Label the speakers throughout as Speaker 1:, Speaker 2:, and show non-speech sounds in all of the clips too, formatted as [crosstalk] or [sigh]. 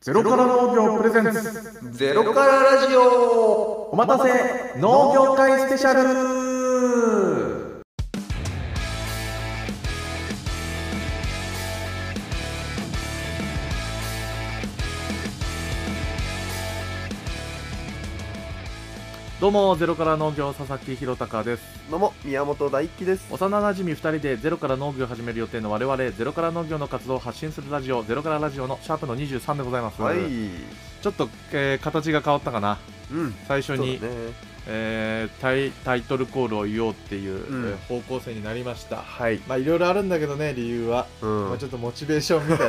Speaker 1: ゼロから農業プレゼンス
Speaker 2: ゼロからラジオ
Speaker 1: お待たせ農業界スペシャルどうもゼロから農業佐々木弘隆です
Speaker 2: どうも宮本大輝です
Speaker 1: 幼馴染み2人でゼロから農業を始める予定の我々ゼロから農業の活動を発信するラジオゼロからラジオのシャープの23でございます、
Speaker 2: はい
Speaker 1: ちょっと、えー形が変わったかな
Speaker 2: うん
Speaker 1: 最初に、
Speaker 2: そうだね
Speaker 1: えータイタイトルコールを言おうっていう、
Speaker 2: うん
Speaker 1: えー方向性になりました
Speaker 2: はい
Speaker 1: まあいろいろあるんだけどね理由は、
Speaker 2: うん
Speaker 1: まあ、ちょっとモチベーションみたい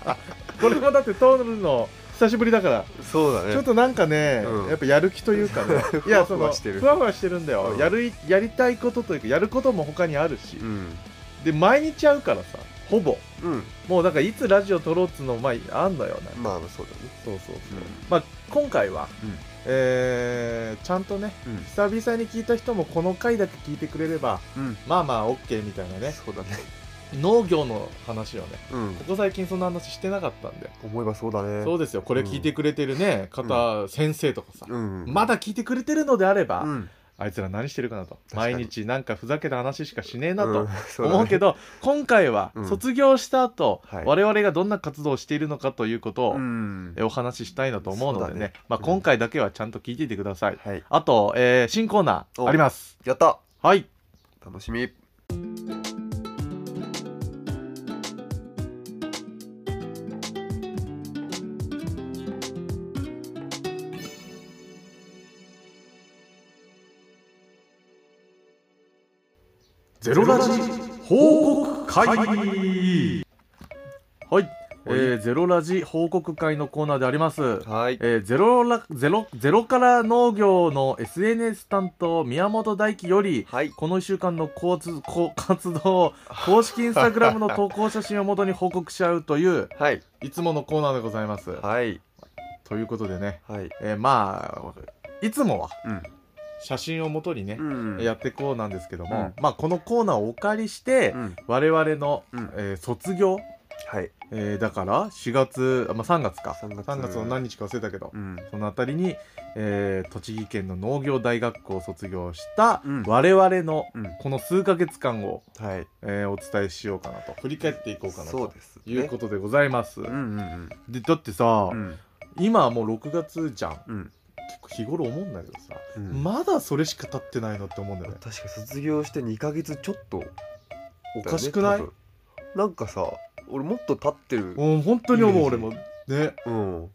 Speaker 1: な [laughs] これもだって通るの久しぶりだから
Speaker 2: そうだね
Speaker 1: ちょっとなんかね、
Speaker 2: うん
Speaker 1: やっぱやる気というか
Speaker 2: [laughs]
Speaker 1: ねいやそ
Speaker 2: ふわふ
Speaker 1: の
Speaker 2: わしてる
Speaker 1: ふわふわしてるんだよ、
Speaker 2: うん
Speaker 1: やるいやりたいことというかやることも他にあるし、
Speaker 2: うん
Speaker 1: で毎日会うからさほぼ
Speaker 2: うん
Speaker 1: もうなんかいつラジオ撮ろうっつうのもまああんのよね
Speaker 2: まあそうだね
Speaker 1: そうそうそう、
Speaker 2: うん
Speaker 1: まあ今回は、
Speaker 2: うん
Speaker 1: えーちゃんとね久々に聞いた人もこの回だけ聞いてくれれば
Speaker 2: うんうん
Speaker 1: まあまあ OK みたいなね
Speaker 2: そうだね
Speaker 1: 農業の話をね
Speaker 2: うん
Speaker 1: ここ最近そんな話してなかったんで
Speaker 2: 思えばそうだね
Speaker 1: そうですよこれ聞いてくれてるね方、先生とかさ、
Speaker 2: うん
Speaker 1: まだ聞いてくれてるのであれば、
Speaker 2: うん
Speaker 1: あいつら何してるかなと
Speaker 2: かに
Speaker 1: 毎日なんかふざけた話しかしねえな
Speaker 2: う
Speaker 1: と
Speaker 2: んそだね
Speaker 1: 思うけど、今回は
Speaker 2: うん
Speaker 1: 卒業した後、
Speaker 2: はい
Speaker 1: 我々がどんな活動をしているのかということを、
Speaker 2: うん
Speaker 1: えお話ししたいなと思うので
Speaker 2: そう
Speaker 1: ね
Speaker 2: だね
Speaker 1: まあ、
Speaker 2: うん
Speaker 1: 今回だけはちゃんと聞いていてください、
Speaker 2: はい
Speaker 1: あと、えー新コーナー
Speaker 2: お
Speaker 1: あります
Speaker 2: やった
Speaker 1: はい
Speaker 2: 楽しみ
Speaker 1: ゼロラジ報告会はい、えーゼロラジ報告会のコーナーであります
Speaker 2: はい
Speaker 1: えーゼロラゼロゼロから農業の SNS 担当宮本大輝より
Speaker 2: はい
Speaker 1: この1週間の交通こ活動を公式インスタグラムの投稿写真をもとに報告し合うという
Speaker 2: はい
Speaker 1: いつものコーナーでございます。
Speaker 2: はい
Speaker 1: ということでね、
Speaker 2: はい
Speaker 1: えーまあいつもは
Speaker 2: うん
Speaker 1: 写真をもとにね、
Speaker 2: うん
Speaker 1: やってこうなんですけども、
Speaker 2: う
Speaker 1: まあこのコーナーをお借りして、
Speaker 2: うん
Speaker 1: 我々の、
Speaker 2: うん
Speaker 1: えー卒業、
Speaker 2: はい
Speaker 1: えーだから4月、あまあ、3月か
Speaker 2: 3月
Speaker 1: 3月の何日か忘れたけど、
Speaker 2: うん
Speaker 1: そのあたりに、えー栃木県の農業大学校を卒業した
Speaker 2: うん
Speaker 1: 我々の
Speaker 2: うん
Speaker 1: この数ヶ月間を、
Speaker 2: はい
Speaker 1: えーお伝えしようかなと振り返っていこうかな
Speaker 2: そう
Speaker 1: と
Speaker 2: ですね
Speaker 1: いうことでございます、
Speaker 2: うんうん
Speaker 1: でだってさ、
Speaker 2: うん
Speaker 1: 今はもう6月じゃん結
Speaker 2: うん
Speaker 1: 構日頃思うんだけどさ、
Speaker 2: うん
Speaker 1: まだそれしか経ってないのって思うんだよね
Speaker 2: 確か卒業して2ヶ月ちょっとお
Speaker 1: おかしくない
Speaker 2: なんかさ俺もっと経ってる
Speaker 1: うん本当に思う
Speaker 2: イメ
Speaker 1: 俺
Speaker 2: ージ
Speaker 1: もね
Speaker 2: うん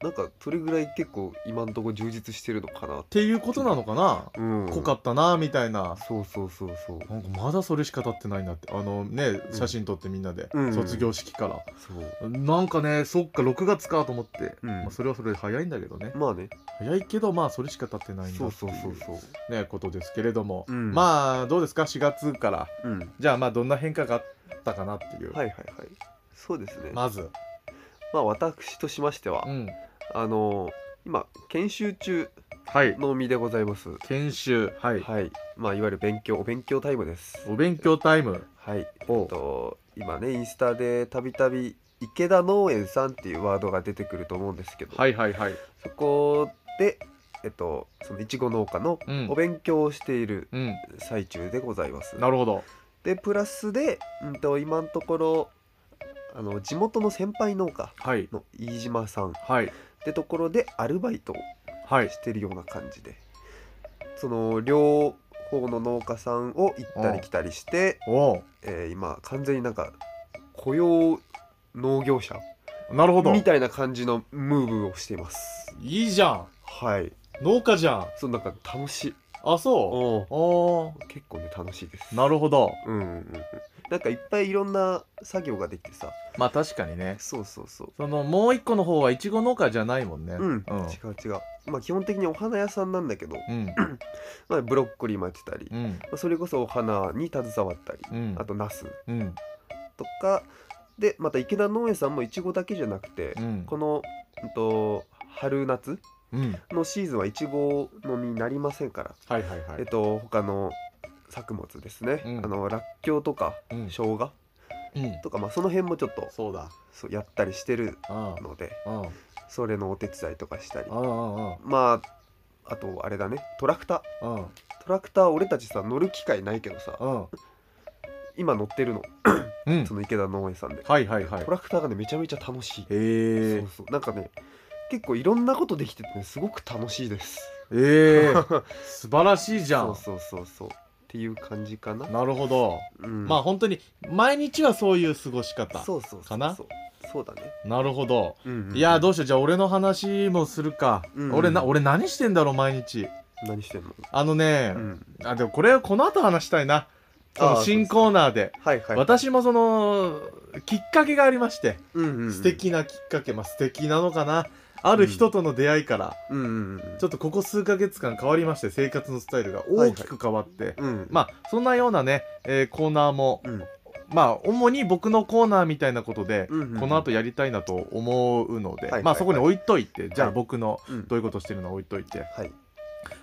Speaker 2: なんかそれぐらい結構今んとこ充実してるのかな
Speaker 1: っていうことなのかな、
Speaker 2: うん
Speaker 1: 濃かったなみたいな
Speaker 2: そうそうそうそう
Speaker 1: なんかまだそれしか経ってないなってあのね
Speaker 2: うん
Speaker 1: 写真撮ってみんなで、
Speaker 2: うん
Speaker 1: 卒業式から、
Speaker 2: そう
Speaker 1: なんかねそっか6月かと思って、
Speaker 2: うん
Speaker 1: まあ、それはそれで早いんだけどね
Speaker 2: まあね
Speaker 1: 早いけどまあそれしか経ってないんだ
Speaker 2: そう
Speaker 1: って
Speaker 2: そ
Speaker 1: いう
Speaker 2: そうそう
Speaker 1: ねことですけれども、
Speaker 2: うん
Speaker 1: まあどうですか4月から
Speaker 2: うん
Speaker 1: じゃあまあどんな変化があったかなっていう、
Speaker 2: はいはいはいそうですねま
Speaker 1: まず、
Speaker 2: あ私としましては
Speaker 1: うん、
Speaker 2: あのー今研修中
Speaker 1: はい
Speaker 2: の身でございます
Speaker 1: 研修はい、
Speaker 2: はいまあいわゆる勉強お勉強タイムです
Speaker 1: お勉強タイム
Speaker 2: はい
Speaker 1: お
Speaker 2: えっと今ねインスタでたびたび池田農園さんっていうワードが出てくると思うんですけど、
Speaker 1: はいはいはい
Speaker 2: そこでえっとそのいちご農家の
Speaker 1: うん
Speaker 2: お勉強をしている
Speaker 1: うん
Speaker 2: 最中でございます、
Speaker 1: なるほど
Speaker 2: でプラスで、うん、と今のところあの地元の先輩農家
Speaker 1: はい
Speaker 2: の飯島さんっ
Speaker 1: はい
Speaker 2: てところでアルバイトを
Speaker 1: はい
Speaker 2: してるような感じでその両方の農家さんを行ったり来たりして、
Speaker 1: お
Speaker 2: えー今完全になんか雇用農業者
Speaker 1: おなるほど
Speaker 2: みたいな感じのムーブをしています
Speaker 1: いいじゃん
Speaker 2: はい
Speaker 1: 農家じゃん
Speaker 2: そうなんか楽しい
Speaker 1: あそう
Speaker 2: お
Speaker 1: あー
Speaker 2: 結構ね楽しいです
Speaker 1: なるほど
Speaker 2: うんうんうんなんかいっぱいいろんな作業ができてさ
Speaker 1: まあ確かにね
Speaker 2: そうそうそう
Speaker 1: そのもう一個の方はいちご農家じゃないもんね
Speaker 2: うん、
Speaker 1: う
Speaker 2: 違う違うまあ基本的にお花屋さんなんだけど、
Speaker 1: うん
Speaker 2: まあ、ブロッコリーもやってたり、
Speaker 1: う
Speaker 2: ま
Speaker 1: ん
Speaker 2: あ、それこそお花に携わったり、
Speaker 1: うん
Speaker 2: あとナス
Speaker 1: うん
Speaker 2: とかでまた池田農園さんもいちごだけじゃなくて、
Speaker 1: うん
Speaker 2: この、うんと、春夏
Speaker 1: うん
Speaker 2: のシーズンはいちごの実になりませんから、
Speaker 1: はいはいは
Speaker 2: えっと他の作物ですね、
Speaker 1: うん
Speaker 2: あのらっきょうとか
Speaker 1: うん
Speaker 2: 生姜
Speaker 1: うん
Speaker 2: とか、まあ、その辺もちょっと
Speaker 1: そうだ
Speaker 2: そうやったりしてる
Speaker 1: うん
Speaker 2: ので
Speaker 1: うんうん
Speaker 2: それのお手伝いとかしたり
Speaker 1: うん
Speaker 2: まああとあれだねトラクター
Speaker 1: うん
Speaker 2: トラクター俺たちさ乗る機会ないけどさ
Speaker 1: うん
Speaker 2: 今乗ってるの
Speaker 1: うん
Speaker 2: その池田農園さんで、
Speaker 1: はいはいはい
Speaker 2: トラクターがねめちゃめちゃ楽しい、
Speaker 1: へえ
Speaker 2: そうそうなんかね結構いろんなことできててねすごく楽しいです
Speaker 1: ええ [laughs] 素晴らしいじゃ
Speaker 2: そうんそうそうそうっていう感じかな、
Speaker 1: なるほど
Speaker 2: うん、
Speaker 1: まあ本当に毎日はそういう過ごし方
Speaker 2: そうそうそう
Speaker 1: かな
Speaker 2: そうそうだね、
Speaker 1: なるほど
Speaker 2: うんうん
Speaker 1: いやーどうしようじゃあ俺の話もするか、
Speaker 2: うん
Speaker 1: 俺な俺何してんだろう毎日
Speaker 2: 何してんの、
Speaker 1: あのね、
Speaker 2: うん、
Speaker 1: あでもこれはこの後話したいなそ
Speaker 2: あー
Speaker 1: の新コーナーで
Speaker 2: はいはい、
Speaker 1: 私もそのきっかけがありまして、
Speaker 2: うんうんうん
Speaker 1: 素敵なきっかけまあ素敵なのかなある人との出会いから、
Speaker 2: うんうんうん
Speaker 1: ちょっとここ数ヶ月間変わりまして生活のスタイルが大きく変わって、
Speaker 2: うん
Speaker 1: まあそんなようなね、えーコーナーも
Speaker 2: うん
Speaker 1: まあ主に僕のコーナーみたいなことで、
Speaker 2: うんうん
Speaker 1: この後やりたいなと思うので、
Speaker 2: はい
Speaker 1: まあ
Speaker 2: はい
Speaker 1: そこに置いといて、じゃあ
Speaker 2: はい
Speaker 1: 僕の
Speaker 2: うん
Speaker 1: どういうことしてるの置いといて、
Speaker 2: はい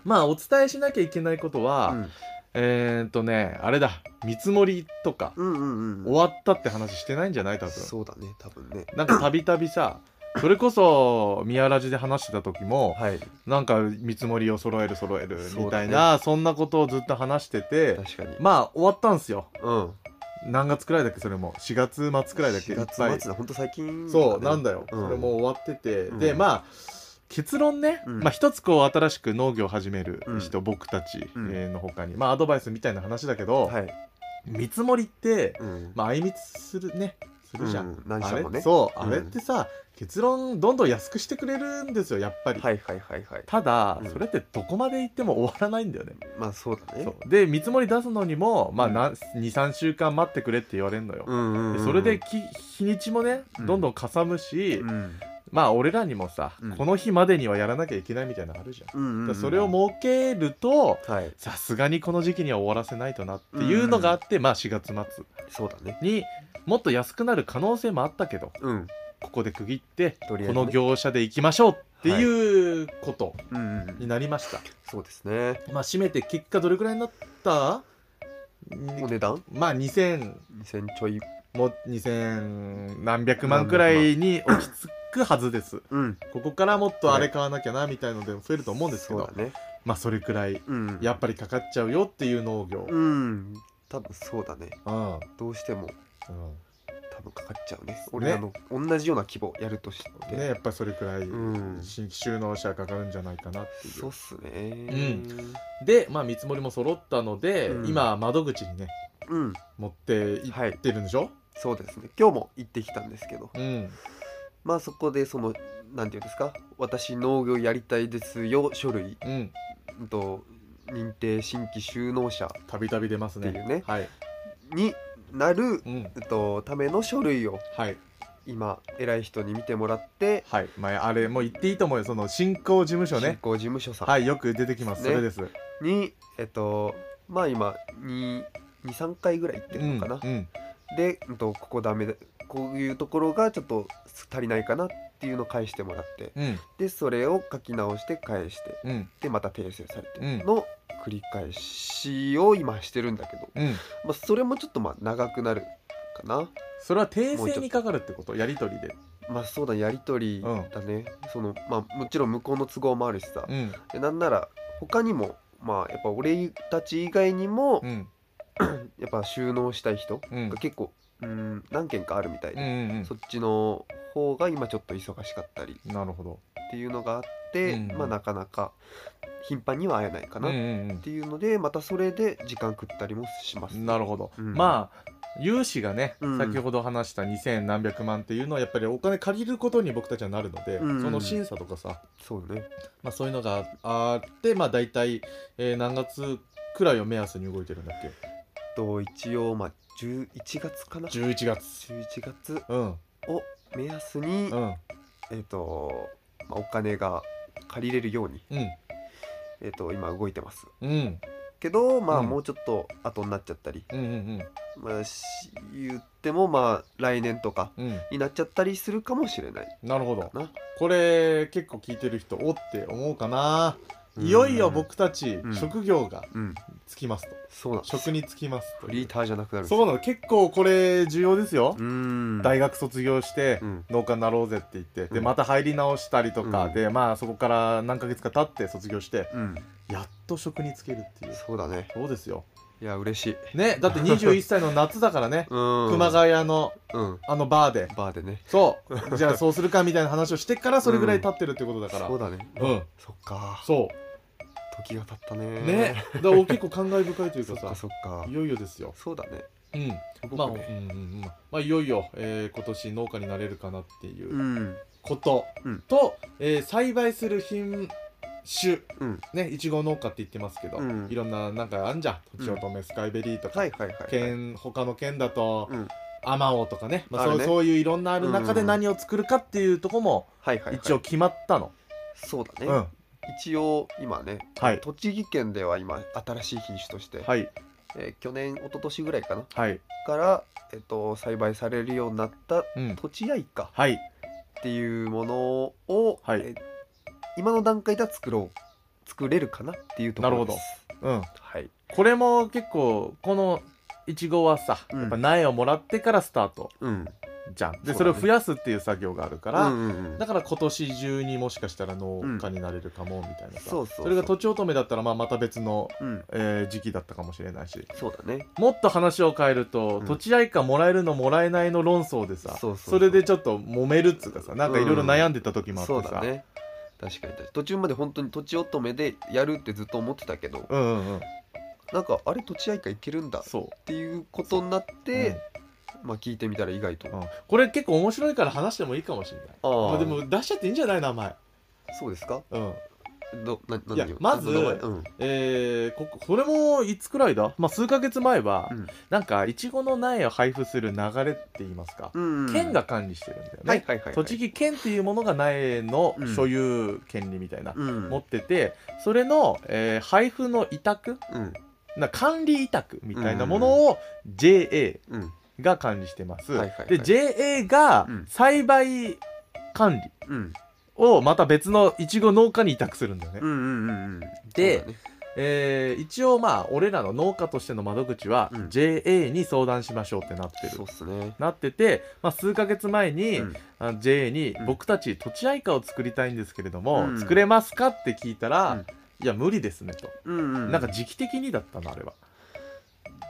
Speaker 1: まあお伝えしなきゃいけないことは、
Speaker 2: うん
Speaker 1: えー、っとねあれだ見積もりとか、
Speaker 2: うんうんうん
Speaker 1: 終わったって話してないんじゃない多分
Speaker 2: そうだね多分ね
Speaker 1: なんかたびたびさそれこそ宮ラジで話してた時も
Speaker 2: はい
Speaker 1: なんか見積もりを揃える揃える
Speaker 2: そうだね
Speaker 1: みたいなそ,、んなことをずっと話してて
Speaker 2: 確かに
Speaker 1: まあ終わったんすよ
Speaker 2: うん
Speaker 1: 何月くらいだっけそれも4月末くらいだっけいっ
Speaker 2: 4
Speaker 1: ぱい
Speaker 2: 月末だほんと最近
Speaker 1: そうなんだよ、
Speaker 2: うん
Speaker 1: それもう終わってて、
Speaker 2: うん
Speaker 1: でまあ結論ね、
Speaker 2: うん
Speaker 1: まあ一つこう新しく農業を始める人、僕たち
Speaker 2: うん
Speaker 1: えーのほかにまあアドバイスみたいな話だけど、
Speaker 2: はい
Speaker 1: 見積もりって
Speaker 2: うん
Speaker 1: まあ相密するねするじゃん、
Speaker 2: うん何社も
Speaker 1: あれ
Speaker 2: ね
Speaker 1: そう、
Speaker 2: うん
Speaker 1: あれってさ結論どんどん安くしてくれるんですよやっぱり、
Speaker 2: はいはいはいはい
Speaker 1: ただ、
Speaker 2: うん
Speaker 1: それってどこまで行っても終わらないんだよね
Speaker 2: まあそうだね
Speaker 1: そうで見積もり出すのにも、まあ
Speaker 2: うん
Speaker 1: な23週間待ってくれって言われるのよ、
Speaker 2: うんうんうん
Speaker 1: でそれでき日にちもね
Speaker 2: うん
Speaker 1: どんどんかさむし、
Speaker 2: うん
Speaker 1: まあ俺らにもさ、
Speaker 2: うん
Speaker 1: この日までにはやらなきゃいけないみたいなのあるじゃん、
Speaker 2: うんうんうん
Speaker 1: だからそれを設けると
Speaker 2: はい
Speaker 1: さすがにこの時期には終わらせないとなっていうのがあって、まあ4月末
Speaker 2: そうだね
Speaker 1: にもっと安くなる可能性もあったけど
Speaker 2: うん
Speaker 1: ここで区切って
Speaker 2: とりあえ
Speaker 1: こ
Speaker 2: ずね
Speaker 1: の業者で行きましょうっていうこと
Speaker 2: うんうんう
Speaker 1: に
Speaker 2: ん
Speaker 1: なりました、
Speaker 2: そうですね
Speaker 1: まあ締めて結果どれくらいになったに
Speaker 2: お値段
Speaker 1: まあ2000
Speaker 2: 2000ちょい
Speaker 1: も2000何百万くらいに落ち着くはずです
Speaker 2: うん
Speaker 1: ここからもっとあれ買わなきゃなみたいのでも増えると思うんですけど、
Speaker 2: そうだね
Speaker 1: まあそれくらい
Speaker 2: うん
Speaker 1: やっぱりかかっちゃうよっていう農業
Speaker 2: うん多分そうだね
Speaker 1: うん、うん
Speaker 2: どうしても多分かかっちゃうね俺
Speaker 1: ね
Speaker 2: らの同じような規模やるとして
Speaker 1: ねやっぱりそれくらい
Speaker 2: うん
Speaker 1: 新規収納者かかるんじゃないかなっていう
Speaker 2: そうっすね
Speaker 1: で、まあ、見積もりも揃ったので、
Speaker 2: うん
Speaker 1: 今窓口にね
Speaker 2: うん
Speaker 1: 持ってい
Speaker 2: はい
Speaker 1: ってるんでしょ、
Speaker 2: そうですね今日も行ってきたんですけど
Speaker 1: うん
Speaker 2: まあそこでそのなんていうんですか私農業やりたいですよ書類
Speaker 1: うん
Speaker 2: うんと認定新規就農者
Speaker 1: たびたび出ますね
Speaker 2: っていうね
Speaker 1: はい、
Speaker 2: になる
Speaker 1: うん、
Speaker 2: うんとための書類を
Speaker 1: はい
Speaker 2: 今偉い人に見てもらって
Speaker 1: はい前あれもう言っていいと思うよその新興事務所
Speaker 2: 進
Speaker 1: ね
Speaker 2: 行事務所さ
Speaker 1: はいよく出てきます、
Speaker 2: ね
Speaker 1: それです
Speaker 2: んにえっとまあ今23回ぐらい行って
Speaker 1: う
Speaker 2: る
Speaker 1: ん
Speaker 2: のかな
Speaker 1: うん
Speaker 2: で、うん、とここダメだこういうところがちょっと足りないかなっていうのを返してもらって
Speaker 1: うん
Speaker 2: でそれを書き直して返して
Speaker 1: うん
Speaker 2: でまた訂正されて
Speaker 1: うん
Speaker 2: の繰り返しを今してるんだけど、
Speaker 1: うん
Speaker 2: まあ、それもちょっとまあ長くなるかな
Speaker 1: それは訂
Speaker 2: もうちょっと
Speaker 1: 正にかかるってことやり取りで
Speaker 2: まあそうだねやり取りだね、そのまあもちろん向こうの都合もあるしさ、
Speaker 1: うん
Speaker 2: でなんなら他にもまあやっぱ俺たち以外にも、
Speaker 1: うん
Speaker 2: やっぱ収納したい人
Speaker 1: うん
Speaker 2: が結構うん何件かあるみたい
Speaker 1: うんう
Speaker 2: で、
Speaker 1: ん
Speaker 2: そっちの方が今ちょっと忙しかったり
Speaker 1: うんなるほど
Speaker 2: っていうのがあって、
Speaker 1: うん
Speaker 2: まあなかなか頻繁には会えないかな
Speaker 1: う
Speaker 2: っ
Speaker 1: んうん
Speaker 2: ていうので、またそれで時間食ったりもします、
Speaker 1: うんなるほど、
Speaker 2: うん
Speaker 1: まあ融資がね、
Speaker 2: うん
Speaker 1: 先ほど話した2000何百万っていうのはやっぱりお金借りることに僕たちはなるので、
Speaker 2: うん
Speaker 1: その審査とかさ、
Speaker 2: そうね
Speaker 1: まあ、そういうのがあってまあ大体、えー何月くらいを目安に動いてるんだっけ
Speaker 2: と一応まあ11月かな11
Speaker 1: 11月
Speaker 2: 月
Speaker 1: うん
Speaker 2: を目安に、
Speaker 1: うん
Speaker 2: えっ、と、まあ、お金が借りれるように、
Speaker 1: うん
Speaker 2: えっと今動いてます
Speaker 1: うん
Speaker 2: けどまあ
Speaker 1: うん
Speaker 2: もうちょっと後になっちゃったり、
Speaker 1: うんうん
Speaker 2: まあし言ってもまあ来年とか
Speaker 1: うんうん
Speaker 2: になっちゃったりするかもしれない
Speaker 1: なるほ
Speaker 2: か
Speaker 1: ど
Speaker 2: な
Speaker 1: これ結構聞いてる人おって思うかな
Speaker 2: うん
Speaker 1: いよいよ僕たち
Speaker 2: うん
Speaker 1: 職業が
Speaker 2: うん
Speaker 1: つきますと、
Speaker 2: そうなんです
Speaker 1: 職につきますと
Speaker 2: リーダーじゃなくなるんです
Speaker 1: そうなの結構これ重要ですよ、
Speaker 2: うん
Speaker 1: 大学卒業して
Speaker 2: うん
Speaker 1: 農家になろうぜって言って、
Speaker 2: う
Speaker 1: で
Speaker 2: ん
Speaker 1: また入り直したりとか、
Speaker 2: うん
Speaker 1: でまあそこから何ヶ月か経って卒業して
Speaker 2: うん
Speaker 1: やっと職につけるっていう
Speaker 2: そうだね
Speaker 1: そうですよ
Speaker 2: いや嬉しい
Speaker 1: ねだって21歳の夏だからね
Speaker 2: うん
Speaker 1: 熊谷の
Speaker 2: うん
Speaker 1: あのバーで
Speaker 2: バーでね [laughs]
Speaker 1: そうじゃあそうするかみたいな話をしてからそれぐらい経ってるってことだから、
Speaker 2: そうだね
Speaker 1: うん
Speaker 2: そっか
Speaker 1: そ
Speaker 2: 時が経ったね
Speaker 1: うねだから結構感慨深いという
Speaker 2: そ
Speaker 1: か
Speaker 2: っ
Speaker 1: さ
Speaker 2: かそっか
Speaker 1: いよいよですよ
Speaker 2: そうだね
Speaker 1: うん
Speaker 2: す
Speaker 1: まあ、
Speaker 2: ごく
Speaker 1: うんう
Speaker 2: ね
Speaker 1: んうんまあいよいよ、えー今年農家になれるかなっていううんこと、
Speaker 2: うん
Speaker 1: と、えー栽培する品種、
Speaker 2: うん
Speaker 1: ねいちご農家って言ってますけど、
Speaker 2: うん
Speaker 1: いろんななんかあんじゃんとちおとめスカイベリーとか、
Speaker 2: はいはいはい
Speaker 1: 県他の県だと、
Speaker 2: うん
Speaker 1: アマオとかね,、まあ、
Speaker 2: ある
Speaker 1: そう
Speaker 2: ね
Speaker 1: そういういろんなある中で
Speaker 2: うん
Speaker 1: 何を作るかっていうとこも
Speaker 2: はいはいはい
Speaker 1: 一応決まったの、
Speaker 2: そうだ
Speaker 1: う
Speaker 2: ね
Speaker 1: ん
Speaker 2: 一応今ね
Speaker 1: はい
Speaker 2: 栃木県では今新しい品種として
Speaker 1: はい
Speaker 2: えー去年一昨年ぐらいかな
Speaker 1: はい
Speaker 2: からえっと栽培されるようになった
Speaker 1: うん
Speaker 2: とちあいか
Speaker 1: はい
Speaker 2: っていうものを
Speaker 1: はい
Speaker 2: えー今の段階では作ろう作れるかなっていうところです
Speaker 1: うん
Speaker 2: はい
Speaker 1: これも結構このいちごはさ、
Speaker 2: うん
Speaker 1: やっぱ苗をもらってからスタート
Speaker 2: うん
Speaker 1: じゃんで
Speaker 2: そうだね
Speaker 1: それを増やすっていう作業があるか、
Speaker 2: からうんうんうん
Speaker 1: だから今年中にもしかしたら農家になれるかもみたいなさ、
Speaker 2: そうそうそう
Speaker 1: れがとちおとめだったらまあまた別の、
Speaker 2: うん
Speaker 1: えー時期だったかもしれないし
Speaker 2: そうだね
Speaker 1: もっと話を変えると、
Speaker 2: うん
Speaker 1: 土地愛かもらえるのもらえないの論争でさ
Speaker 2: そうそうそう
Speaker 1: れでちょっと揉めるっつうかさなんかいろいろ悩んでた時もあってさ、
Speaker 2: そうだね確かに確かに途中まで本当にとちおとめでやるってずっと思ってたけど
Speaker 1: うんうんうん
Speaker 2: なんかあれとちあいかいけるんだっ
Speaker 1: そう
Speaker 2: ていうことになって、まあ聞いてみたら意外と、
Speaker 1: うん、これ結構面白いから話してもいいかもしれない
Speaker 2: あー
Speaker 1: まあ、でも出しちゃっていいんじゃない名前
Speaker 2: そうですか
Speaker 1: うん
Speaker 2: どな何
Speaker 1: いや
Speaker 2: を
Speaker 1: まず
Speaker 2: あ名前うん
Speaker 1: えー、こここれもいつくらいだ、まあ、数ヶ月前は、
Speaker 2: うん
Speaker 1: なんかいちごの苗を配布する流れって言いますか、
Speaker 2: うんうん、
Speaker 1: 県が管理してるんだよね、
Speaker 2: はいはいはいはい
Speaker 1: 栃木県っていうものが苗の所有権利みたいな、
Speaker 2: うん
Speaker 1: 持っててそれの、えー配布の委託
Speaker 2: うん
Speaker 1: な管理委託みたいなものを JA
Speaker 2: うん
Speaker 1: が管理してます、
Speaker 2: はいはいはい
Speaker 1: で JA が
Speaker 2: うん
Speaker 1: 栽培管理
Speaker 2: うん
Speaker 1: をまた別のいちご農家に委託するんだよね、
Speaker 2: うんうんうんうんそ
Speaker 1: で
Speaker 2: うだね
Speaker 1: えー一応まあ俺らの農家としての窓口は
Speaker 2: うん
Speaker 1: JA に相談しましょうってなってる、
Speaker 2: そうっすね
Speaker 1: なってて、まあ、数ヶ月前に、
Speaker 2: うん
Speaker 1: あの JA に
Speaker 2: うん
Speaker 1: 僕たち土地愛花を作りたいんですけれども、
Speaker 2: うん
Speaker 1: 作れますかって聞いたら、
Speaker 2: うん
Speaker 1: いや無理ですねと、
Speaker 2: うんうん
Speaker 1: なんか時期的にだったのあれは、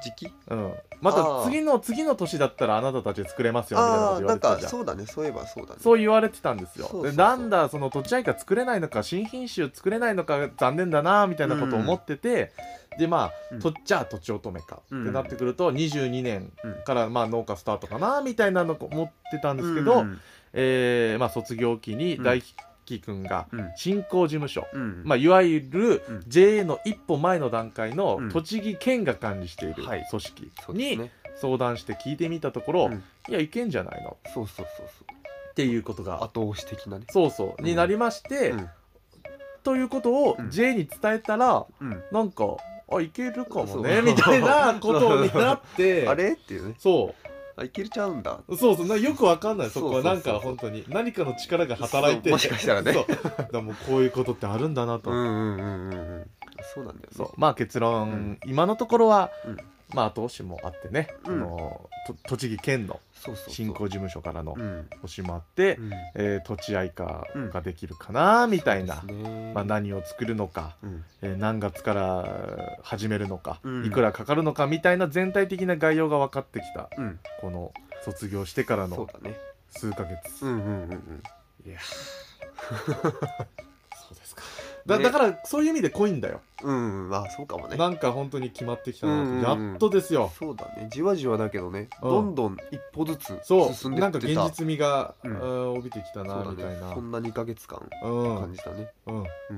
Speaker 2: 時期
Speaker 1: うん、ま
Speaker 2: あ
Speaker 1: た
Speaker 2: ー
Speaker 1: 次の次の年だったらあなたたち作れますよみたいなこ
Speaker 2: あ
Speaker 1: と
Speaker 2: あ
Speaker 1: 言
Speaker 2: なん
Speaker 1: われてた
Speaker 2: か
Speaker 1: じゃん
Speaker 2: そうだねそういえばそうだね
Speaker 1: そう言われてたんですよ
Speaker 2: そうそうそ
Speaker 1: で
Speaker 2: う
Speaker 1: なんだその土地愛花作れないのか新品種作れないのか残念だなみたいなことを思ってて、でま
Speaker 2: う
Speaker 1: あ
Speaker 2: ん
Speaker 1: とっちゃあ土地乙女かってなってくると、22年
Speaker 2: うん
Speaker 1: からまあ農家スタートかなみたいなのを思ってたんですけど、
Speaker 2: うん
Speaker 1: えーまあ、卒業期に大輝くんが
Speaker 2: うん
Speaker 1: 新興事務所、
Speaker 2: うん
Speaker 1: まあ、いわゆる
Speaker 2: うん
Speaker 1: JA の一歩前の段階の
Speaker 2: うん
Speaker 1: 栃木県が管理している
Speaker 2: はい
Speaker 1: 組織
Speaker 2: そうです
Speaker 1: に
Speaker 2: ね
Speaker 1: 相談して聞いてみたところ、
Speaker 2: うん
Speaker 1: いやいけんじゃないの
Speaker 2: そうそうそうそう
Speaker 1: っていうことが
Speaker 2: 後押し的なね
Speaker 1: そうそう
Speaker 2: うん
Speaker 1: になりまして、
Speaker 2: うん
Speaker 1: ということを
Speaker 2: うん
Speaker 1: JA に伝えたら
Speaker 2: うん
Speaker 1: なんかあいけるか
Speaker 2: そ
Speaker 1: もね
Speaker 2: う
Speaker 1: みたいなことになっ
Speaker 2: [laughs]
Speaker 1: て
Speaker 2: あれっていうね
Speaker 1: そう
Speaker 2: あいけるちゃうんだ
Speaker 1: そうそうなよくわかんないそこは
Speaker 2: そ
Speaker 1: な
Speaker 2: うそう
Speaker 1: ん
Speaker 2: そう
Speaker 1: か本当に何かの力が働いて
Speaker 2: そうもしかしたらね
Speaker 1: そうだからもうこういうことってあるんだなと、
Speaker 2: うんうんうんうんうんそうなんだよね
Speaker 1: そうまあ結論、
Speaker 2: うん
Speaker 1: 今のところは、
Speaker 2: うん
Speaker 1: まあ後押しもあってね、
Speaker 2: うん
Speaker 1: あのと栃木県の
Speaker 2: そうそうそう
Speaker 1: 振興事務所からの
Speaker 2: うん
Speaker 1: 押しもあって、
Speaker 2: うん
Speaker 1: えー土地愛化ができるかなみたいな、
Speaker 2: そうですね
Speaker 1: まあ、何を作るのか、
Speaker 2: うん
Speaker 1: えー何月から始めるのか、
Speaker 2: うん
Speaker 1: いくらかかるのかみたいな全体的な概要が分かってきた
Speaker 2: うん
Speaker 1: この卒業してから
Speaker 2: そう
Speaker 1: の
Speaker 2: だね
Speaker 1: 数ヶ月。
Speaker 2: うんうんうんうん
Speaker 1: いやそうですかだだからそういう意味で濃いんだよ、
Speaker 2: うんうんまあそうかもね
Speaker 1: なんか本当に決まってきたなと、
Speaker 2: うんうんうん
Speaker 1: やっとですよ
Speaker 2: そうだねじわじわだけどね
Speaker 1: うん
Speaker 2: どんどん一歩ずつ
Speaker 1: そう
Speaker 2: 進んで
Speaker 1: な
Speaker 2: っ
Speaker 1: んか
Speaker 2: て
Speaker 1: 現
Speaker 2: た
Speaker 1: 実味が、
Speaker 2: うん
Speaker 1: あー帯びてき
Speaker 2: そ
Speaker 1: たなみ
Speaker 2: うだ
Speaker 1: たい
Speaker 2: ね
Speaker 1: な
Speaker 2: そんな2ヶ月間
Speaker 1: う
Speaker 2: 感
Speaker 1: ん
Speaker 2: じたね
Speaker 1: うん
Speaker 2: うんう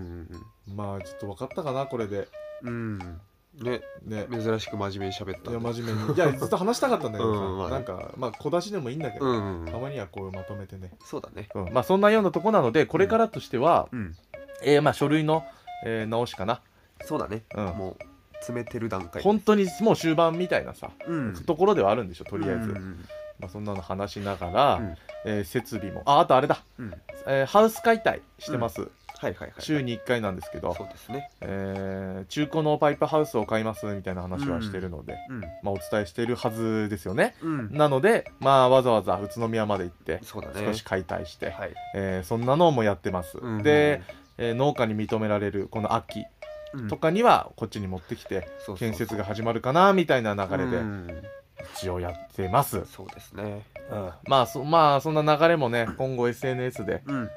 Speaker 2: ん
Speaker 1: まあちょっと分かったかなこれで
Speaker 2: うんうんね
Speaker 1: ね
Speaker 2: 珍しく真面目に喋っ
Speaker 1: い
Speaker 2: た
Speaker 1: や
Speaker 2: ね
Speaker 1: 真面目にいやずっと話したかったんだけどさ、
Speaker 2: [laughs] うんまあね
Speaker 1: なんかまあ小出しでもいいんだけ
Speaker 2: う
Speaker 1: ど、
Speaker 2: んう
Speaker 1: た
Speaker 2: ん
Speaker 1: まにはこうまとめてね、
Speaker 2: そうだね
Speaker 1: うんまあそんなようなとこなのでこれからとしては、
Speaker 2: うん
Speaker 1: えーまあ書類の、えー直しかな、
Speaker 2: そうだね
Speaker 1: うん
Speaker 2: もう詰めてる段階
Speaker 1: 本当にもう終盤みたいなさ、
Speaker 2: うん
Speaker 1: ところではあるんでしょとりあえず、
Speaker 2: うん
Speaker 1: まあ、そんなの話しながら、
Speaker 2: うん
Speaker 1: えー設備もああとあれだ、
Speaker 2: うん
Speaker 1: えーハウス解体してます、
Speaker 2: はいはいはい
Speaker 1: 週に1回なんですけど、
Speaker 2: そうですね
Speaker 1: えー中古のパイプハウスを買いますみたいな話はしてるので、
Speaker 2: うん
Speaker 1: まあ、お伝えしてるはずですよね
Speaker 2: うん
Speaker 1: なので、まあ、わざわざ宇都宮まで行って
Speaker 2: そうだね
Speaker 1: 少し解体して、
Speaker 2: はい
Speaker 1: えーそんなのもやってます、
Speaker 2: うん
Speaker 1: で、えー農家に認められるこの秋
Speaker 2: うん
Speaker 1: とかにはこっちに持ってきて
Speaker 2: そうそうそう
Speaker 1: 建設が始まるかなみたいな流れで
Speaker 2: うん
Speaker 1: 一応やってます、
Speaker 2: そうですね
Speaker 1: うんまあそまあそんな流れもね今後 SNS で
Speaker 2: うん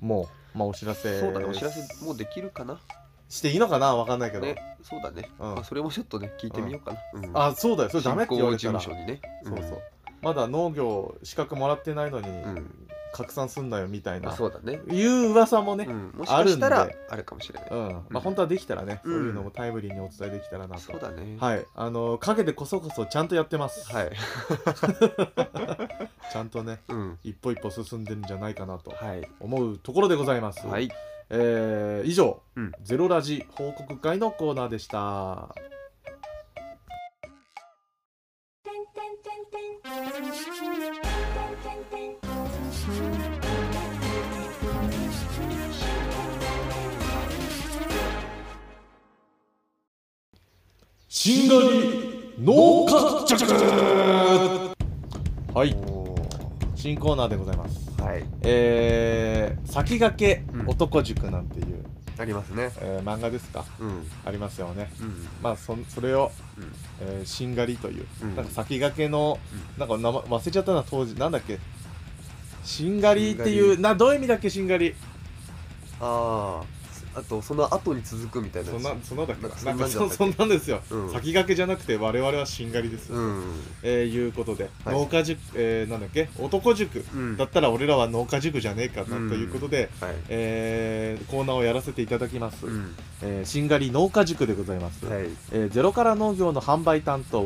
Speaker 1: もう、まあ、お知らせ
Speaker 2: そうだねお知らせもうできるかな
Speaker 1: していいのかなわかんないけど、
Speaker 2: ねそうだね
Speaker 1: うん
Speaker 2: まあそれもちょっとね聞いてみようかなうん
Speaker 1: あそうだよそれダメって言われ
Speaker 2: 事
Speaker 1: たら
Speaker 2: 務所
Speaker 1: そう
Speaker 2: にね
Speaker 1: そう、
Speaker 2: ん
Speaker 1: まだ農業資格もらってないのに、
Speaker 2: ん
Speaker 1: 拡散すんなよみたい
Speaker 2: まあ
Speaker 1: な
Speaker 2: そうだね
Speaker 1: いう噂もね、
Speaker 2: うんもしかした
Speaker 1: あ
Speaker 2: ら
Speaker 1: るんで
Speaker 2: あるかもしれない
Speaker 1: うん
Speaker 2: う
Speaker 1: ま
Speaker 2: ん
Speaker 1: あ、本当はできたらね、
Speaker 2: うん
Speaker 1: そういうのもタイムリーにお伝えできたらなと
Speaker 2: そう。だね
Speaker 1: はい、あの陰でこそこそちゃんとやってます、
Speaker 2: はい
Speaker 1: ちゃんとね
Speaker 2: うん
Speaker 1: 一歩一歩進んでるんじゃないかなと
Speaker 2: はい
Speaker 1: 思うところでございます、
Speaker 2: はい
Speaker 1: えー以上、
Speaker 2: うん
Speaker 1: ゼロラジ報告会のコーナーでしたシンガリ農家ジャはい
Speaker 2: おー
Speaker 1: 新コーナーでございます
Speaker 2: はい
Speaker 1: えー先駆け
Speaker 2: うん
Speaker 1: 男塾なんていう、
Speaker 2: ありますね
Speaker 1: えー漫画ですか
Speaker 2: うん
Speaker 1: ありますよね
Speaker 2: うん
Speaker 1: まあそそれを、
Speaker 2: うん
Speaker 1: えー、しんがりという、
Speaker 2: うん
Speaker 1: なんか先駆けの、
Speaker 2: う
Speaker 1: なんか名前忘れちゃったな当時なんだっけしんがりって
Speaker 2: しん
Speaker 1: い
Speaker 2: が
Speaker 1: うなどういう意味だっけしんがり
Speaker 2: あああとその後に続くみたいな
Speaker 1: そ
Speaker 2: や
Speaker 1: ん
Speaker 2: つ
Speaker 1: なそんなだっけ
Speaker 2: なんか
Speaker 1: なんか
Speaker 2: そんな
Speaker 1: そ
Speaker 2: んだっけ
Speaker 1: そんなんですよ、
Speaker 2: うん
Speaker 1: 先駆けじゃなくて我々はしんがりです、
Speaker 2: うん
Speaker 1: えーいうことで、
Speaker 2: はい
Speaker 1: 農家塾、えーなんだっけ男塾
Speaker 2: うん
Speaker 1: だったら俺らは農家塾じゃねえかな、
Speaker 2: うん
Speaker 1: ということで、
Speaker 2: はい
Speaker 1: えーコーナーをやらせていただきます、
Speaker 2: うん
Speaker 1: えー、しんがり農家塾でございます、
Speaker 2: はい
Speaker 1: えーゼロから農業の販売担当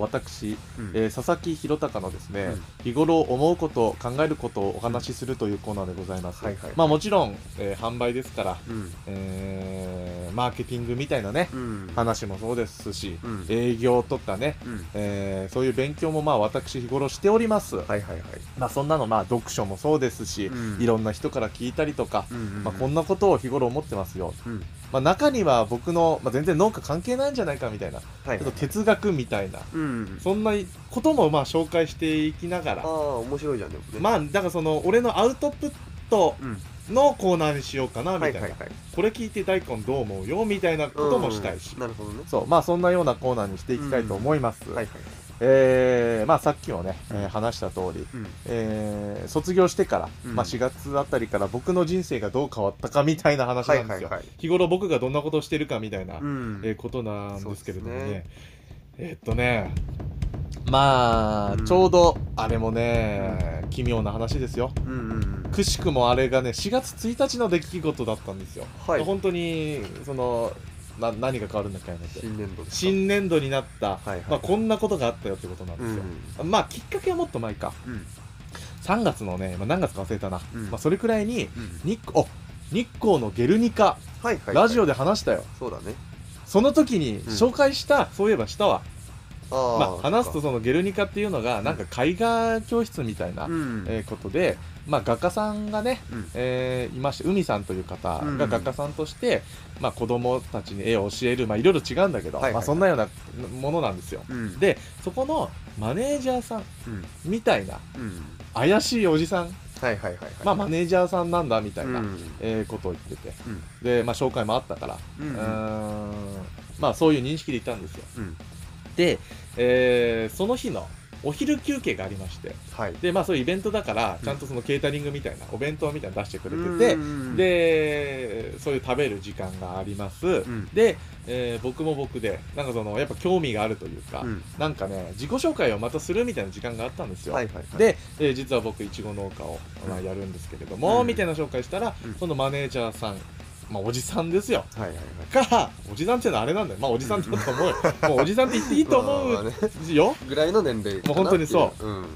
Speaker 2: う
Speaker 1: 私、
Speaker 2: ん
Speaker 1: えー佐々木弘隆のですね、
Speaker 2: うん
Speaker 1: 日頃思うこと考えることをお話しするというコーナーでございます、
Speaker 2: はいはい
Speaker 1: まあもちろん、えー販売ですから、
Speaker 2: うん
Speaker 1: えーマーケティングみたいなね
Speaker 2: うん
Speaker 1: 話もそうですし、
Speaker 2: うん
Speaker 1: 営業とかね、
Speaker 2: うん
Speaker 1: えーそういう勉強もまあ私日頃しております、
Speaker 2: はいはいはい
Speaker 1: まあそんなのまあ読書もそうですし、
Speaker 2: うん
Speaker 1: いろんな人から聞いたりとか、
Speaker 2: うん
Speaker 1: まあ、こんなことを日頃思ってますよ
Speaker 2: うん
Speaker 1: まあ、中には僕の、まあ、全然農家関係ないんじゃないかみたいな、
Speaker 2: はい
Speaker 1: ちょっと哲学みたいな、
Speaker 2: うん
Speaker 1: そんなこともまあ紹介していきなが
Speaker 2: あ
Speaker 1: ら、
Speaker 2: あ面白いじゃんでもね
Speaker 1: まあ、だからその、俺のアウトプット
Speaker 2: うん
Speaker 1: のコーナーにしようかなみた
Speaker 2: はいい
Speaker 1: な、
Speaker 2: はいはい
Speaker 1: これ聞いて大根どう思うよみたいなこともしたいし、
Speaker 2: うんなるほどね
Speaker 1: そう、まあそんなようなコーナーにしていきたいと思います。
Speaker 2: はいはい
Speaker 1: えーまあさっきもね、えー
Speaker 2: うん
Speaker 1: 話した通り、
Speaker 2: うん
Speaker 1: えー卒業してから、
Speaker 2: うん
Speaker 1: まあ4月あたりから僕の人生がどう変わったかみたいな話
Speaker 2: は
Speaker 1: ないんですよ。
Speaker 2: はいはい
Speaker 1: 日頃僕がどんなことをしてるかみたいな、
Speaker 2: うん
Speaker 1: えーことなんですけれどもね
Speaker 2: そうですね
Speaker 1: えーっとねまあ、
Speaker 2: うん
Speaker 1: ちょうどあれもね、奇妙な話ですよ
Speaker 2: うんうんうん
Speaker 1: くしくもあれがね4月1日の出来事だったんですよ、
Speaker 2: はい
Speaker 1: 本当にそのな何が変わるんだっけあれって
Speaker 2: 新年度ですか
Speaker 1: 新年度になった、
Speaker 2: はいはい
Speaker 1: まあ、こんなことがあったよってことなんで
Speaker 2: うん
Speaker 1: すよ、まあきっかけはもっと前か
Speaker 2: うん
Speaker 1: 3月のね、まあ、何月か忘れたな、
Speaker 2: うん
Speaker 1: まあ、それくらいに
Speaker 2: うん
Speaker 1: 日光あ日光の「ゲルニカ
Speaker 2: はいは」い
Speaker 1: ラジオ
Speaker 2: で
Speaker 1: で話したよ
Speaker 2: そうだね
Speaker 1: その時に紹介した、そういえばしたわ
Speaker 2: あ
Speaker 1: ま
Speaker 2: ー
Speaker 1: あ、話すと
Speaker 2: そ
Speaker 1: そのゲルニカっていうのがなんか絵画教室みたいな、
Speaker 2: うかうん
Speaker 1: えーことで、まあ、画家さんがね、
Speaker 2: うん
Speaker 1: えーいまして海さんという方
Speaker 2: うん
Speaker 1: が画家さんとして、まあ、子供たちに絵を教える、まあ、いろいろ違うんだけど、
Speaker 2: はいはいはい
Speaker 1: まあ、そんなようなものなんですよ
Speaker 2: うん
Speaker 1: でそこのマネージャーさん
Speaker 2: うん
Speaker 1: みたいな
Speaker 2: うん
Speaker 1: 怪しいおじさん、
Speaker 2: はいはいはいはい
Speaker 1: まあ、マネージャーさんなんだみたいな、
Speaker 2: うん
Speaker 1: えーことを言ってて、
Speaker 2: うん
Speaker 1: で、まあ、紹介もあったから、
Speaker 2: うんうん
Speaker 1: うーんまあ、そういう認識でいたんですよ
Speaker 2: うん
Speaker 1: で、えーその日のお昼休憩がありまして
Speaker 2: はい
Speaker 1: でまあそういうイベントだから
Speaker 2: うん
Speaker 1: ちゃんとそのケータリングみたいなお弁当みたいなの出してくれてて、でそういう食べる時間があります、
Speaker 2: うん
Speaker 1: で、えー僕も僕でなんかそのやっぱ興味があるというか、
Speaker 2: うん
Speaker 1: なんかね自己紹介をまたするみたいな時間があったんですよ、
Speaker 2: はいはいはい
Speaker 1: で、えー実は僕いちご農家を、まあ、やるんですけれども、
Speaker 2: うん
Speaker 1: みたいな紹介したら、
Speaker 2: うん
Speaker 1: そのマネージャーさん、まあ、おじさんですよ
Speaker 2: はいはいはい
Speaker 1: かおじさんっていうのはあれなんだよまあおじさんだ
Speaker 2: [laughs]
Speaker 1: と思うよもうおじさんって言っていいと思
Speaker 2: まあ
Speaker 1: う
Speaker 2: まあね
Speaker 1: よ
Speaker 2: ぐらいの年齢かな
Speaker 1: もう本当にそう
Speaker 2: っていうん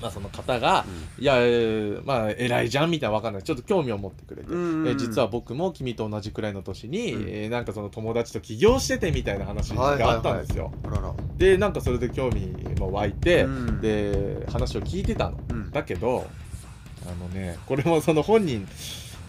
Speaker 1: まあその方がいや、えーまあ偉いじゃんみたいなわかんないちょっと興味を持ってくれて、
Speaker 2: うん
Speaker 1: えー実は僕も君と同じくらいの年に、
Speaker 2: うん
Speaker 1: えーなんかその友達と起業しててみたいな話があったんですよ、
Speaker 2: あらら
Speaker 1: でなんかそれで興味も湧いて、
Speaker 2: うん
Speaker 1: で話を聞いてたの
Speaker 2: うん
Speaker 1: だけどあのねこれもその本人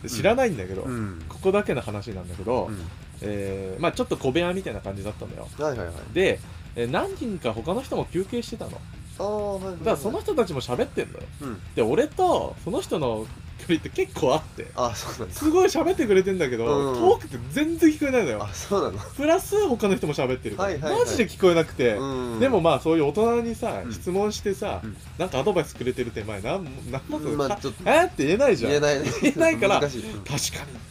Speaker 1: で知らないんだけど、
Speaker 2: うん
Speaker 1: ここだけの話なんだけど、
Speaker 2: うん
Speaker 1: えーまあ、ちょっと小部屋みたいな感じだったんだよ
Speaker 2: はいはいはい
Speaker 1: で、えー何人か他の人も休憩してたのだか
Speaker 2: ああはいはいはい
Speaker 1: らその人たちも喋ってんのよ
Speaker 2: うん
Speaker 1: で俺とその人の距離って結構あって
Speaker 2: あそうなんだ
Speaker 1: すごい喋ってくれてんだけど、
Speaker 2: うん
Speaker 1: 遠くて全然聞こえないのよ
Speaker 2: あそうなの
Speaker 1: プラス他の人も喋ってるから、
Speaker 2: はいはいはい
Speaker 1: マジで聞こえなくて、
Speaker 2: うん
Speaker 1: でもまあそういう大人にさ、
Speaker 2: うん
Speaker 1: 質問してさ、
Speaker 2: うん
Speaker 1: なんかアドバイスくれてる手前なんなんだそれ、
Speaker 2: まあちょっと
Speaker 1: えーって言えないじゃん
Speaker 2: 言えないね
Speaker 1: 言えないか
Speaker 2: [laughs]
Speaker 1: ら
Speaker 2: 難しいうん
Speaker 1: 確かにっ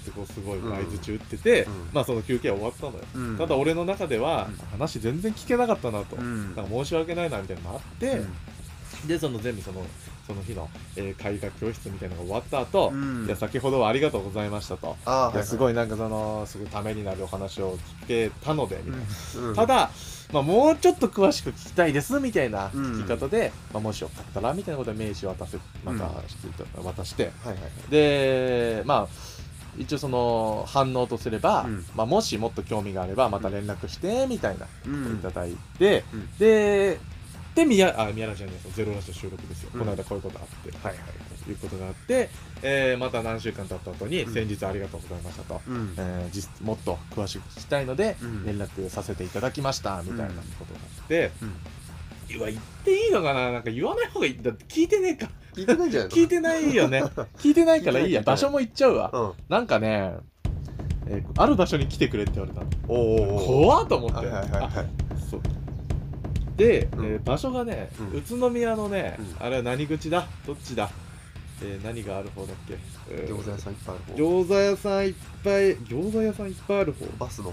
Speaker 1: てこうすごい
Speaker 2: うん
Speaker 1: 合図中打ってて、
Speaker 2: うん
Speaker 1: まあその休憩は終わったのよ、
Speaker 2: うん
Speaker 1: ただ俺の中では、
Speaker 2: うん
Speaker 1: 話全然聞けなかったなと、
Speaker 2: うん
Speaker 1: なんか申し訳ないなみたいなのもあって、でその全部そのその日の、えー、絵画教室みたいなのが終わった後、
Speaker 2: うん
Speaker 1: いや先ほどはありがとうございましたと、
Speaker 2: あ
Speaker 1: いやすごいなんかそのすごいためになるお話を聞けたのでみたいな、ただ、まあ、もうちょっと詳しく聞きたいですみたいな
Speaker 2: うん
Speaker 1: 聞き方で、まあ、もしよかったらみたいなことで名刺渡せまたしていた、渡して
Speaker 2: はいはいはい
Speaker 1: でまあ一応その反応とすれば、
Speaker 2: うん
Speaker 1: まあ、もしもっと興味があればまた連絡してみたい
Speaker 2: う
Speaker 1: ないた
Speaker 2: ん
Speaker 1: だいて、
Speaker 2: うん
Speaker 1: でで宮あ宮原じゃないですゼロラジオ収録ですよ、
Speaker 2: うん
Speaker 1: この間こういうことあって、
Speaker 2: はいはい
Speaker 1: ということがあって、えーまた何週間経った後に、
Speaker 2: うん
Speaker 1: 先日ありがとうございましたと、
Speaker 2: うん
Speaker 1: えー実もっと詳しく聞きたいので、
Speaker 2: うん
Speaker 1: 連絡させていただきましたみたいなことがあって、
Speaker 2: うん
Speaker 1: うわ言っていいのかななんか言わない方がいいだって聞いてね
Speaker 2: [laughs]
Speaker 1: えか
Speaker 2: 聞いてないんじゃないの
Speaker 1: 聞いてないよね聞いてないからいいや
Speaker 2: 聞いてない
Speaker 1: 場所も行っちゃうわ、
Speaker 2: うんお
Speaker 1: なんかね、えーある場所に来てくれって言われたの
Speaker 2: おおお
Speaker 1: 怖っと思って、
Speaker 2: はいはいはいはい
Speaker 1: あそうで、
Speaker 2: うん
Speaker 1: えー場所がね、
Speaker 2: うん
Speaker 1: 宇都宮のね、
Speaker 2: う
Speaker 1: あれは何口だどっちだ、えー何がある方だっけ、えー
Speaker 2: 餃子屋さんいっぱいある方
Speaker 1: 餃子屋さんいっぱい餃子屋さんいっぱいある方
Speaker 2: バスの方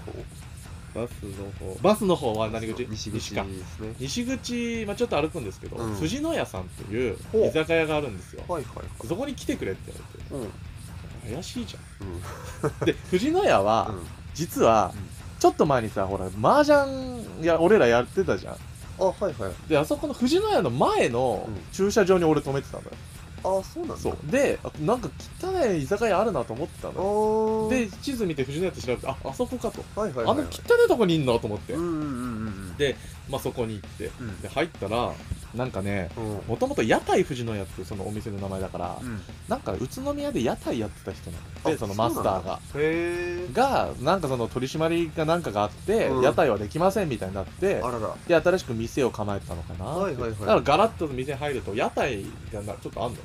Speaker 1: バスの方バスの方は何口
Speaker 2: 西口
Speaker 1: か
Speaker 2: ですね
Speaker 1: 西口、まあ、ちょっと歩くんですけど、
Speaker 2: うん
Speaker 1: 藤野屋さんという
Speaker 2: ほう
Speaker 1: 居酒屋があるんですよ
Speaker 2: はいはいはい
Speaker 1: そこに来てくれって
Speaker 2: うん
Speaker 1: 言われ
Speaker 2: うん
Speaker 1: て怪しいじゃんで藤野屋は、実は、
Speaker 2: うん
Speaker 1: ちょっと前にさほら麻雀や俺らやってたじゃん
Speaker 2: あはいはい
Speaker 1: であそこの藤野屋の前の
Speaker 2: うん
Speaker 1: 駐車場に俺止めてたのよ、
Speaker 2: あそうなんだ
Speaker 1: そうであなんか汚い居酒屋あるなと思ってたのよ
Speaker 2: あ
Speaker 1: で地図見て藤野屋って調べてああそこかと
Speaker 2: はいはい
Speaker 1: あ
Speaker 2: はい
Speaker 1: の
Speaker 2: はい
Speaker 1: 汚いとこにいんのと思って、
Speaker 2: うんうんうんうん
Speaker 1: でまあ、そこに行って
Speaker 2: うん
Speaker 1: で入ったらなんかね
Speaker 2: うん
Speaker 1: もともと屋台富士のやつそのお店の名前だから、
Speaker 2: うん
Speaker 1: なんか宇都宮で屋台やってた人なの
Speaker 2: あ
Speaker 1: でそのマスターが
Speaker 2: へ
Speaker 1: がなんかその取り締まりかなんかがあって、
Speaker 2: うん
Speaker 1: 屋台はできませんみたいになって
Speaker 2: えあらら
Speaker 1: で新しく店を構えてたのかな、
Speaker 2: はいはいはい
Speaker 1: だからガラッと店入ると屋台がなちょっとあんのよ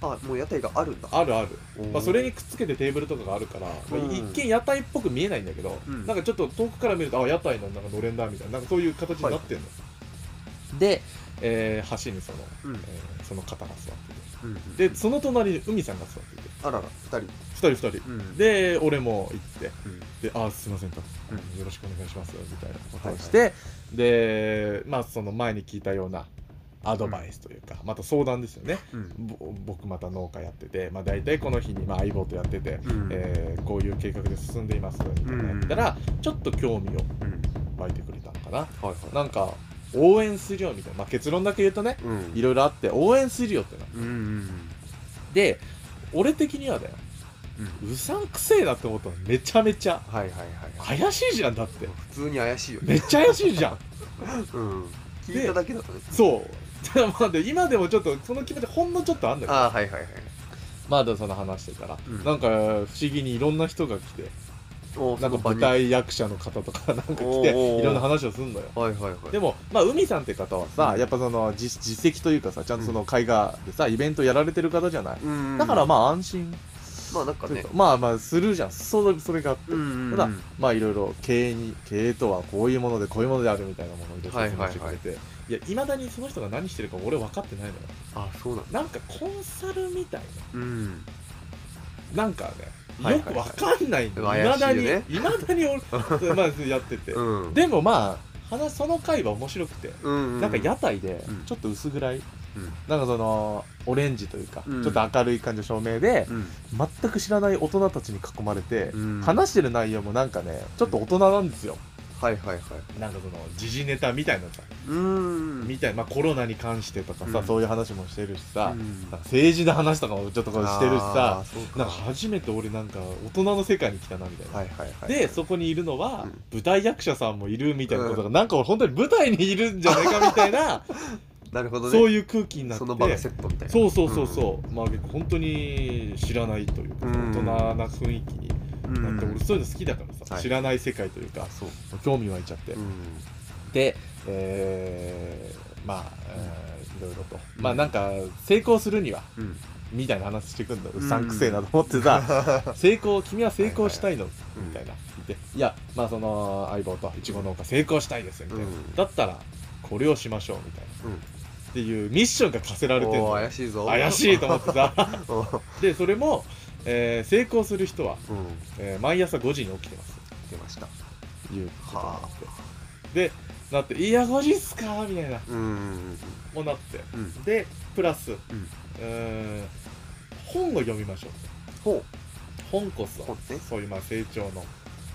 Speaker 2: あもう屋台があるんだ
Speaker 1: あるある、まあ、それに
Speaker 2: く
Speaker 1: くっつけてテーブルとかがあるから、まあ
Speaker 2: うん
Speaker 1: 一見屋台っぽく見えないんだけど、
Speaker 2: うん
Speaker 1: なんかちょっと遠くから見るとあ屋台のなんかのれんだみたいななんかそういう形になってるの、で、えー橋にその
Speaker 2: うんうん
Speaker 1: えーその方が座って
Speaker 2: うん
Speaker 1: てでその隣に海さんが座ってて
Speaker 2: あらら二人
Speaker 1: 2人2人
Speaker 2: うん
Speaker 1: で俺も行って
Speaker 2: うん
Speaker 1: で「あーすいませんと」
Speaker 2: うん
Speaker 1: よろしくお願いします」みたいなこと
Speaker 2: はい
Speaker 1: を
Speaker 2: はい
Speaker 1: して、でまあその前に聞いたようなアドバイスというか、また相談ですよね
Speaker 2: うん
Speaker 1: ぼ僕また農家やってて、まあ、大体この日に、まあ、相棒とやってて、
Speaker 2: うん
Speaker 1: えーこういう計画で進んでいますみたいなやったら、ちょっと興味を
Speaker 2: うん
Speaker 1: 湧いてくれたのかな
Speaker 2: はいはい
Speaker 1: なんか応援するよみたいな、まあ、結論だけ言うとね
Speaker 2: うん
Speaker 1: いろいろあって応援するよってな
Speaker 2: うんうん
Speaker 1: で俺的にはだよ
Speaker 2: うん
Speaker 1: うさんくせえなって思ったのめちゃめちゃ
Speaker 2: はいはいはいはい
Speaker 1: 怪しいじゃんだって
Speaker 2: 普通に怪しいよね
Speaker 1: めっちゃ怪しい
Speaker 2: [laughs]
Speaker 1: じゃん
Speaker 2: うん聞いただけだとね
Speaker 1: そう [laughs] でまあで今でもちょっとその気持ちほんのちょっとあんだけど
Speaker 2: あはいはいはい
Speaker 1: まだその話してたら、
Speaker 2: うん
Speaker 1: なんか不思議にいろんな人が来て
Speaker 2: お
Speaker 1: なんか舞台役者の方とかなんか来て
Speaker 2: おーおー
Speaker 1: いろんな話をすんのよ
Speaker 2: はいはいはい
Speaker 1: でもまあ海さんって方はさ、
Speaker 2: うん
Speaker 1: やっぱその実実績というかさちゃんとその絵画でさイベントやられてる方じゃない、
Speaker 2: うん
Speaker 1: だからまあ安心
Speaker 2: まあなんか
Speaker 1: という
Speaker 2: ね
Speaker 1: か、まあまあするじゃんそそれがあって、
Speaker 2: うんうんうん
Speaker 1: ただまあいろいろ経営に経営とはこういうものでこういうものであるみたいなものをいろいろ説明してくれて、いやいまだにその人が何してるか俺分かってないのよ
Speaker 2: あそうなんだ
Speaker 1: なんかコンサルみたい
Speaker 2: うん
Speaker 1: ななんか
Speaker 2: は
Speaker 1: ね
Speaker 2: い
Speaker 1: よく分かんないの、
Speaker 2: はいい
Speaker 1: ま、
Speaker 2: はい怪しいよね
Speaker 1: だにいまだ
Speaker 2: [laughs]
Speaker 1: に俺、まあ、やってて、
Speaker 2: うん
Speaker 1: でもまあ話その回は面白くて、
Speaker 2: うん
Speaker 1: なんか屋台で
Speaker 2: うん
Speaker 1: ちょっと薄暗い、
Speaker 2: うん
Speaker 1: なんかそのオレンジというか、
Speaker 2: うん
Speaker 1: ちょっと明るい感じの照明で、
Speaker 2: うん
Speaker 1: 全く知らない大人たちに囲まれて、
Speaker 2: うん
Speaker 1: 話してる内容もなんかねちょっと大人なんですよ、
Speaker 2: はいはいはい
Speaker 1: なんかその時事ネタみたいなさ、
Speaker 2: うん
Speaker 1: みたいな、まあ、コロナに関してとかさ、
Speaker 2: うん
Speaker 1: そういう話もしてるしさ、
Speaker 2: うん
Speaker 1: なんか政治の話とかもちょっとこうしてるし
Speaker 2: あー
Speaker 1: さ
Speaker 2: そうか
Speaker 1: なんか初めて俺なんか大人の世界に来たなみたいな、
Speaker 2: はいはいはい
Speaker 1: でそこにいるのは
Speaker 2: うん [laughs]
Speaker 1: 舞台役者さんもいるみたいなことが、なんか俺本当に舞台にいるんじゃないかみたいな
Speaker 2: なるほどね
Speaker 1: そういう空気になって
Speaker 2: その場がセットみたいな
Speaker 1: そうそうそうそう、まあ本当に知らないというか、
Speaker 2: うん
Speaker 1: 大人な雰囲気に
Speaker 2: うん、
Speaker 1: なって、
Speaker 2: うん
Speaker 1: 俺そういうの好きだからさ、
Speaker 2: はい
Speaker 1: 知らない世界というか
Speaker 2: そう、
Speaker 1: 興味湧いちゃって、
Speaker 2: うん
Speaker 1: で、えーまあ、えーいろいろとまあなんか成功するには
Speaker 2: うん、
Speaker 1: みたいな話してくんだ
Speaker 2: う
Speaker 1: うんさんくせえなと思ってさ、
Speaker 2: [laughs]
Speaker 1: 成功君は成功したいの
Speaker 2: いはい
Speaker 1: みたいな、でいやまあその相棒といちご農家成功したいですみたいな、
Speaker 2: うん
Speaker 1: だったらこれをしましょうみたいな、
Speaker 2: うん
Speaker 1: っていうミッションが課せられてる
Speaker 2: お
Speaker 1: の
Speaker 2: ー怪しいぞ [laughs]
Speaker 1: 怪しいと思ってさ [laughs]
Speaker 2: おー
Speaker 1: でそれも、えー成功する人は、
Speaker 2: うん
Speaker 1: えー毎朝5時に起きてます
Speaker 2: 出ました
Speaker 1: いうことになって、でなって「いや5時っすか?」みたいな
Speaker 2: うんうん
Speaker 1: もうなって
Speaker 2: うん
Speaker 1: でプラス、う
Speaker 2: うん
Speaker 1: ーん本を読みましょう
Speaker 2: ほ
Speaker 1: 本こ
Speaker 2: う
Speaker 1: そ
Speaker 2: ほうね
Speaker 1: そういうまあ成長の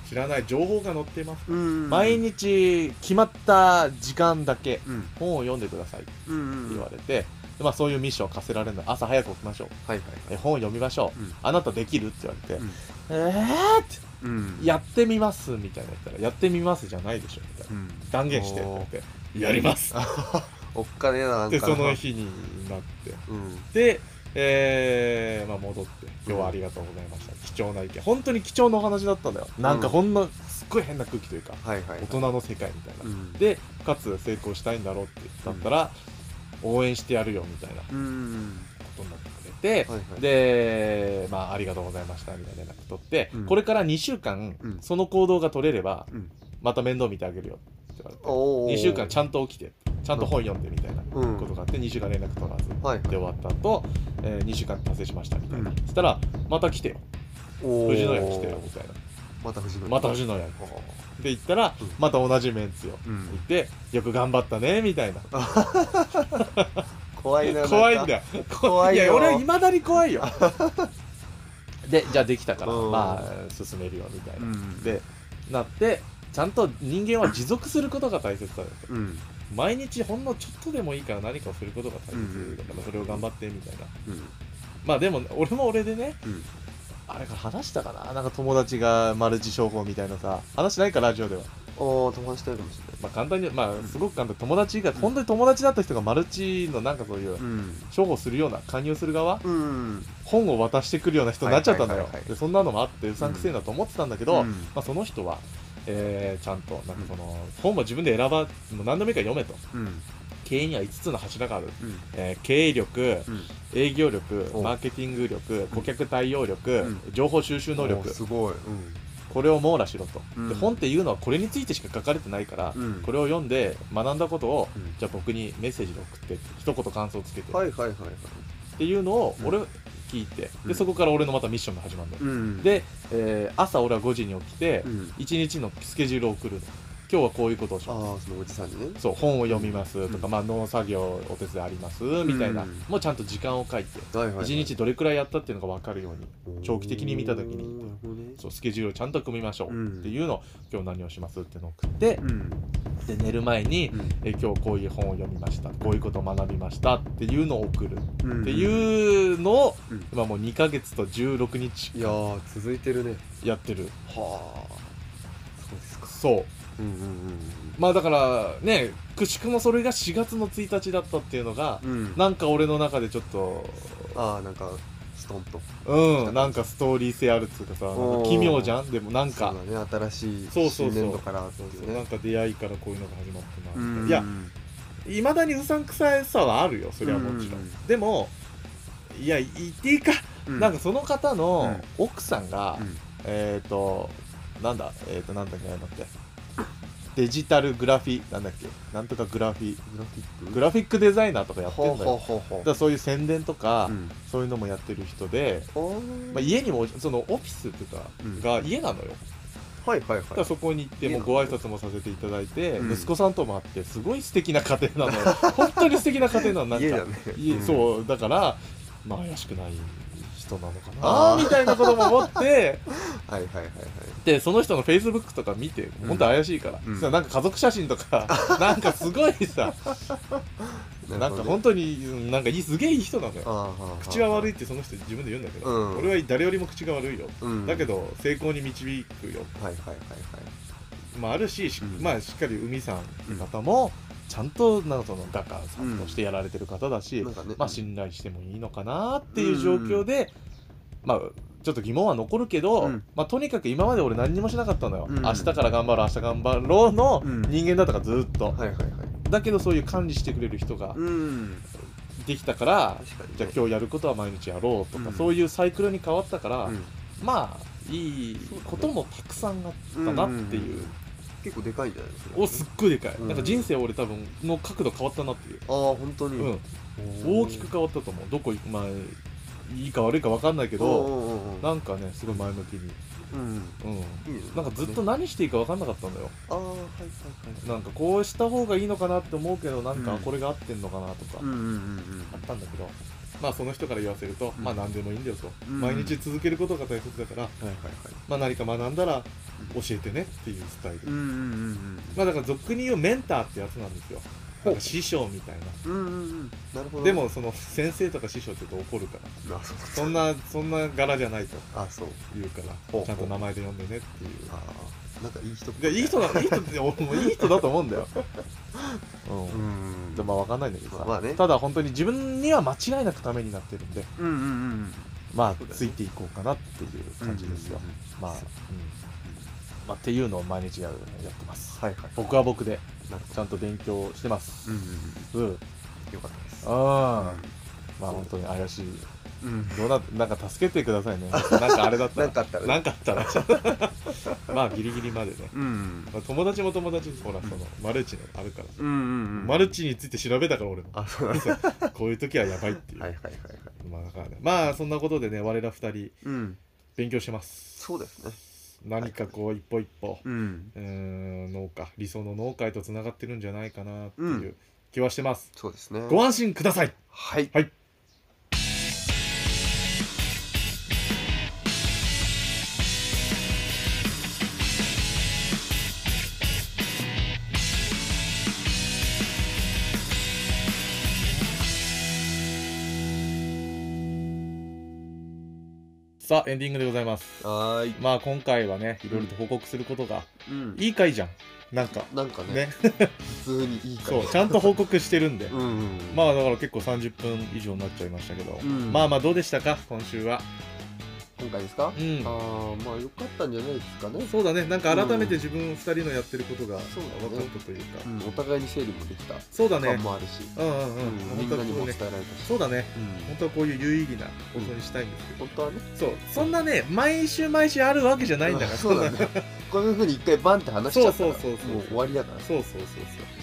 Speaker 1: 知らない情報が載っています、
Speaker 2: うん
Speaker 1: 毎日決まった時間だけ
Speaker 2: うん
Speaker 1: 本を読んでくださいって
Speaker 2: うんうんうん
Speaker 1: 言
Speaker 2: は
Speaker 1: われて、でまあ、そういうミッションを課せられるの朝早く起きましょう
Speaker 2: いはい
Speaker 1: え本を読みましょう、
Speaker 2: うん
Speaker 1: あなたできるって言われて、
Speaker 2: うん
Speaker 1: えーって
Speaker 2: うん
Speaker 1: やってみますみたいな言ったらやってみますじゃないでしょみたいな
Speaker 2: うん
Speaker 1: 断言してって言
Speaker 2: お
Speaker 1: っ
Speaker 2: ー
Speaker 1: てやります
Speaker 2: おっかねえななんか
Speaker 1: でその
Speaker 2: な
Speaker 1: 日になって
Speaker 2: うん
Speaker 1: で、えーまあ、戻って「今日はありがとうございました」貴重な意見本当に貴重なお話だったんだよなんかほんのすっごい変な空気というか
Speaker 2: はいはい
Speaker 1: 大人の世界みたいな、
Speaker 2: うん
Speaker 1: でかつ成功したいんだろうってだったら、応援してやるよみたいなこ
Speaker 2: うん
Speaker 1: とになってくれて、
Speaker 2: はいはい
Speaker 1: で、まあ、ありがとうございましたみたいな連絡取って、
Speaker 2: うん
Speaker 1: これから2週間、
Speaker 2: うん
Speaker 1: その行動が取れれば、
Speaker 2: うん
Speaker 1: また面倒見てあげるよって言われて
Speaker 2: お
Speaker 1: 2週間ちゃ
Speaker 2: ん
Speaker 1: んと起きてちゃんと本読んでみたいな
Speaker 2: うん
Speaker 1: ことがあって2週間連絡取らず
Speaker 2: はい
Speaker 1: で終わった後、えー2週間達成しましたみたいな、
Speaker 2: うん
Speaker 1: そしたらまた来てよ
Speaker 2: おー
Speaker 1: 富士野屋来てよみたいな
Speaker 2: また藤野
Speaker 1: また富士野屋に
Speaker 2: おー
Speaker 1: で行ったら
Speaker 2: うん
Speaker 1: また同じメンツよ
Speaker 2: うん
Speaker 1: 行ってよく頑張ったねみたいな
Speaker 2: 怖いななんか
Speaker 1: 怖いんだよ
Speaker 2: 怖いよ
Speaker 1: や俺はいまだに怖い
Speaker 2: [laughs]
Speaker 1: よでじゃあできたから
Speaker 2: うん
Speaker 1: まあ進めるよみたいうな、
Speaker 2: ん
Speaker 1: でなってちゃんと人間は持続することが大切だよと
Speaker 2: うん
Speaker 1: 毎日ほんのちょっとでもいいから何かをすることが大切だか
Speaker 2: う
Speaker 1: ら
Speaker 2: ん
Speaker 1: それを頑張ってみたいな
Speaker 2: うん
Speaker 1: まあでも俺も俺でね
Speaker 2: うん
Speaker 1: あれから話したかななんか友達がマルチ商法みたいなさ話しないかラジオでは
Speaker 2: おー飛ばしたいかもし
Speaker 1: まあ簡単にまあすごく簡単友達が本当に友達だった人がマルチのなんかそうい
Speaker 2: れ
Speaker 1: う
Speaker 2: ないうん
Speaker 1: 商法するような勧誘する側
Speaker 2: うん
Speaker 1: 本を渡してくるような人になっちゃったんだ
Speaker 2: は
Speaker 1: よ
Speaker 2: いはいはいはい
Speaker 1: でそんなのもあってうさんくせえなと思ってたんだけど、
Speaker 2: うん
Speaker 1: まあその人は、えーちゃんとなんかその本は自分で選ばもう何度もいいから読めと
Speaker 2: うん
Speaker 1: 経営には5つの柱がある、
Speaker 2: うん
Speaker 1: えー経営力
Speaker 2: うん
Speaker 1: 営業力
Speaker 2: お
Speaker 1: マーケティング力顧客対応力、
Speaker 2: うん
Speaker 1: 情報収集能
Speaker 2: お
Speaker 1: 力
Speaker 2: ーすごいうん
Speaker 1: これを網羅しろと、
Speaker 2: うん
Speaker 1: で本っていうのはこれについてしか書かれてないから、
Speaker 2: うん
Speaker 1: これを読んで学んだことを、
Speaker 2: うん
Speaker 1: じゃあ僕にメッセージで送ってって一言感想つけて、
Speaker 2: はいはいはいはい
Speaker 1: っていうのを俺聞いて、
Speaker 2: うん
Speaker 1: でそこから俺のまたミッションが始まるの、
Speaker 2: うん
Speaker 1: で、えー朝俺は5時に起きて、
Speaker 2: うん
Speaker 1: 一1日のスケジュールを送るの今日はこういうことをし
Speaker 2: あ
Speaker 1: ます
Speaker 2: あそのおじさんにね
Speaker 1: そう本を読みますとか、
Speaker 2: うん
Speaker 1: まあ、農作業お手伝いありますみたいな、
Speaker 2: うん
Speaker 1: もうちゃんと時間を書いて
Speaker 2: はいはいはい
Speaker 1: 1日どれくらいやったっていうのが分かるように長期的に見た時に
Speaker 2: おーなるほどね
Speaker 1: そうスケジュールをちゃんと組みましょ
Speaker 2: うん
Speaker 1: うっていうのを今日何をしますっていうのを送って
Speaker 2: う、ん
Speaker 1: で寝る前に
Speaker 2: うん
Speaker 1: えー今日こういう本を読みましたこういうことを学びましたっていうのを送るっ
Speaker 2: ってう
Speaker 1: いうのを、
Speaker 2: うん
Speaker 1: 今もう2ヶ月と16日
Speaker 2: んいやー続いてるね
Speaker 1: やってる
Speaker 2: はあそうですか
Speaker 1: そう
Speaker 2: うんうん
Speaker 1: まあだからねくしくもそれが4月の1日だったっていうのが
Speaker 2: うんうん
Speaker 1: なんか俺の中でちょっと
Speaker 2: ああなんかストンと
Speaker 1: うんなんかストーリー性あるっつうかさなんか奇妙じゃんでもなんか
Speaker 2: そうだね新しい
Speaker 1: そうそうそう
Speaker 2: 新年度からって
Speaker 1: そう
Speaker 2: い
Speaker 1: そううなん
Speaker 2: ね
Speaker 1: か出会いからこういうのが始まってなみたいな
Speaker 2: う
Speaker 1: いやいまだにうさんくさいさはあるよそれはもちろん、
Speaker 2: うん
Speaker 1: でもいや言っていいか、
Speaker 2: う
Speaker 1: なんかその方の
Speaker 2: う
Speaker 1: 奥さんが、
Speaker 2: うん
Speaker 1: えっ、ー、となんだえっ、ー、となんだっけなんだっけデジタルグラフィなんだっけなんとかグラフィ
Speaker 2: グラフィック
Speaker 1: グラフィックデザイナーとかやってん
Speaker 2: ほ
Speaker 1: だよ
Speaker 2: うほうほうほう
Speaker 1: だからそういう宣伝とか、
Speaker 2: うん
Speaker 1: そういうのもやってる人で、
Speaker 2: おー
Speaker 1: まあ、家にもそのオフィスとか
Speaker 2: うん
Speaker 1: が家なのよ、
Speaker 2: はいはい
Speaker 1: だ
Speaker 2: は
Speaker 1: か
Speaker 2: い
Speaker 1: らそこに行ってもうご挨拶もさせていただいて、
Speaker 2: うん
Speaker 1: 息子さんとも会ってすごい素敵な家庭なのよ
Speaker 2: [laughs]
Speaker 1: 本当に素敵な家庭なのなんか
Speaker 2: 家だね
Speaker 1: いえ
Speaker 2: うん
Speaker 1: そうだからまあ怪しくない人なのか
Speaker 2: あ
Speaker 1: な
Speaker 2: ー
Speaker 1: みたいなことも思って
Speaker 2: はいはいはいはい
Speaker 1: [laughs] でその人のフェイスブックとか見て
Speaker 2: うん
Speaker 1: 本当怪しいから、
Speaker 2: うん
Speaker 1: さなんか家族写真
Speaker 2: [laughs]
Speaker 1: とかなんかすごいさな
Speaker 2: るほ
Speaker 1: んか
Speaker 2: どね
Speaker 1: 本当にうんなんかいいすげえいい人なの
Speaker 2: あ
Speaker 1: よ
Speaker 2: あはあはあ
Speaker 1: 口は悪いってその人自分で言うんだけど、
Speaker 2: うん
Speaker 1: 俺は誰よりも口が悪いよ、
Speaker 2: うん
Speaker 1: だけど成功に導くよ
Speaker 2: はいはいはいはい
Speaker 1: まあ、あるし、し
Speaker 2: うん
Speaker 1: まあしっかり海さんって方も、ちゃんとなんかその画家さんとしてやられてる方だし、
Speaker 2: なんかね
Speaker 1: まあ信頼してもいいのかなっていう状況で、まあちょっと疑問は残るけど、
Speaker 2: うん
Speaker 1: まあ、とにかく今まで俺何にもしなかったのよ、
Speaker 2: うん
Speaker 1: 明日から頑張ろう明日頑張ろうの
Speaker 2: うん
Speaker 1: 人間だったからずっと、
Speaker 2: はいはいはい
Speaker 1: だけどそういう管理してくれる人が
Speaker 2: うん
Speaker 1: できたから、
Speaker 2: 確かにね、
Speaker 1: じゃあ今日やることは毎日やろうとか、
Speaker 2: うん
Speaker 1: そういうサイクルに変わったから、
Speaker 2: うん
Speaker 1: まあいいこともたくさんあったなっていう、
Speaker 2: うんうんうん結構でかいんじゃないですか
Speaker 1: おすっごいでかい、
Speaker 2: うん
Speaker 1: なんか人生俺多分の角度変わったなっていう、
Speaker 2: ああ本当に、
Speaker 1: うん大きく変わったと思うどこ行くまあいいか悪いか分かんないけ
Speaker 2: け
Speaker 1: ど、
Speaker 2: うん
Speaker 1: なんかねすごい前向きに、
Speaker 2: うん
Speaker 1: う
Speaker 2: いいですね
Speaker 1: ん、なんかずっと何していいか分かんなかったんだよ
Speaker 2: ああはいはいはい
Speaker 1: なんかこうした方がいいのかなって思うけどなん
Speaker 2: う
Speaker 1: か
Speaker 2: ん
Speaker 1: これが合ってんのかなとか、
Speaker 2: うんうんうん
Speaker 1: あったんだけどまあその人から言わせると、
Speaker 2: うん
Speaker 1: まあ何でもいいんだよと、
Speaker 2: うん
Speaker 1: 毎日続けることが大切だから、
Speaker 2: うんはいはいはい
Speaker 1: まあ、何か学んだら教えてねっていうスタイル、
Speaker 2: うんうんうん
Speaker 1: まあだから俗に言うメンターってやつなんですよ
Speaker 2: ほう
Speaker 1: なんか師匠みたいな
Speaker 2: うんうんうんうんなるほど
Speaker 1: でもその先生とか師匠って言うと怒るから
Speaker 2: あそう
Speaker 1: そんなそんな柄じゃないと
Speaker 2: あそう
Speaker 1: 言うから
Speaker 2: ほうほう
Speaker 1: ちゃんと名前で呼んでねっていう
Speaker 2: ああなんかいい人
Speaker 1: でいい人だいい人って俺もいい人だと思うんだよ、うん
Speaker 2: [laughs] うん
Speaker 1: でもまあ分かんないんだけどさ、
Speaker 2: まあね
Speaker 1: ただ本当に自分には間違いなくためになってるんで
Speaker 2: うんうんうん
Speaker 1: ま
Speaker 2: そうだよ
Speaker 1: あ
Speaker 2: ね
Speaker 1: ついていこうかなっていう感じですよ、
Speaker 2: うんうん
Speaker 1: まあ、うんまあ、っていうのを毎日やるやってます
Speaker 2: はいはい
Speaker 1: 僕は僕で
Speaker 2: なるほ
Speaker 1: ちゃんと勉強してま
Speaker 2: ど
Speaker 1: す
Speaker 2: うんうん
Speaker 1: うん、うん、
Speaker 2: うんよかったです
Speaker 1: まあ本当に怪しい
Speaker 2: うん
Speaker 1: どうななんか助けてくださいねなんかあれだっ
Speaker 2: な
Speaker 1: たら
Speaker 2: ん [laughs] かあったら
Speaker 1: な
Speaker 2: ね
Speaker 1: んかあったら [laughs] まあギリギリまでね、
Speaker 2: うん
Speaker 1: まあ、友達も友達ですほらそのマルチのあるから、
Speaker 2: うんうんうん
Speaker 1: マルチについて調べたから俺も
Speaker 2: あそうなんで
Speaker 1: [laughs]
Speaker 2: す
Speaker 1: こういう時はやばいっていう、
Speaker 2: はいはいはいはい
Speaker 1: まあだからねまあそんなことでね我ら二人
Speaker 2: うん
Speaker 1: 勉強してます
Speaker 2: そうですね
Speaker 1: 何かこう一歩一歩、
Speaker 2: うん
Speaker 1: うーん農家理想の農家へとつながってるんじゃないかなって
Speaker 2: う
Speaker 1: いうん気はしてます、
Speaker 2: そうですね
Speaker 1: ご安心ください
Speaker 2: はい
Speaker 1: はいさあエンディングでございます
Speaker 2: はーい
Speaker 1: まあ今回はねいろいろと報告することが、
Speaker 2: うん
Speaker 1: いい回じゃんなんか
Speaker 2: なんかね
Speaker 1: ね
Speaker 2: 普通にいい感
Speaker 1: そ
Speaker 2: じ
Speaker 1: うちゃんと報告してるんで、
Speaker 2: うんうんうん
Speaker 1: まあだから結構30分以上になっちゃいましたけど、
Speaker 2: うん
Speaker 1: まあまあどうでしたか今週は
Speaker 2: 今回ですか
Speaker 1: うん
Speaker 2: ああまあ良かったんじゃないですかね
Speaker 1: そうだねなんか改めて自分2人のやってることが
Speaker 2: そうだね
Speaker 1: 分かったというか
Speaker 2: うんお互いに整理もできた
Speaker 1: そうだね
Speaker 2: 感もあるし
Speaker 1: うんうん
Speaker 2: う
Speaker 1: うんん
Speaker 2: みん
Speaker 1: 本当
Speaker 2: な
Speaker 1: は
Speaker 2: に
Speaker 1: こ
Speaker 2: も
Speaker 1: う
Speaker 2: 伝
Speaker 1: ね
Speaker 2: えられたし
Speaker 1: そうだね
Speaker 2: うん
Speaker 1: 本当はこういう有意義な放送にしたいんですけど、
Speaker 2: 本当はね
Speaker 1: そうそんなね毎週毎週あるわけじゃないんだから
Speaker 2: うんそうなんだよ [laughs] こういうふうに一回バンって話しちゃったら
Speaker 1: そうそうそうそう
Speaker 2: もう終わりだから
Speaker 1: そうそうそうそう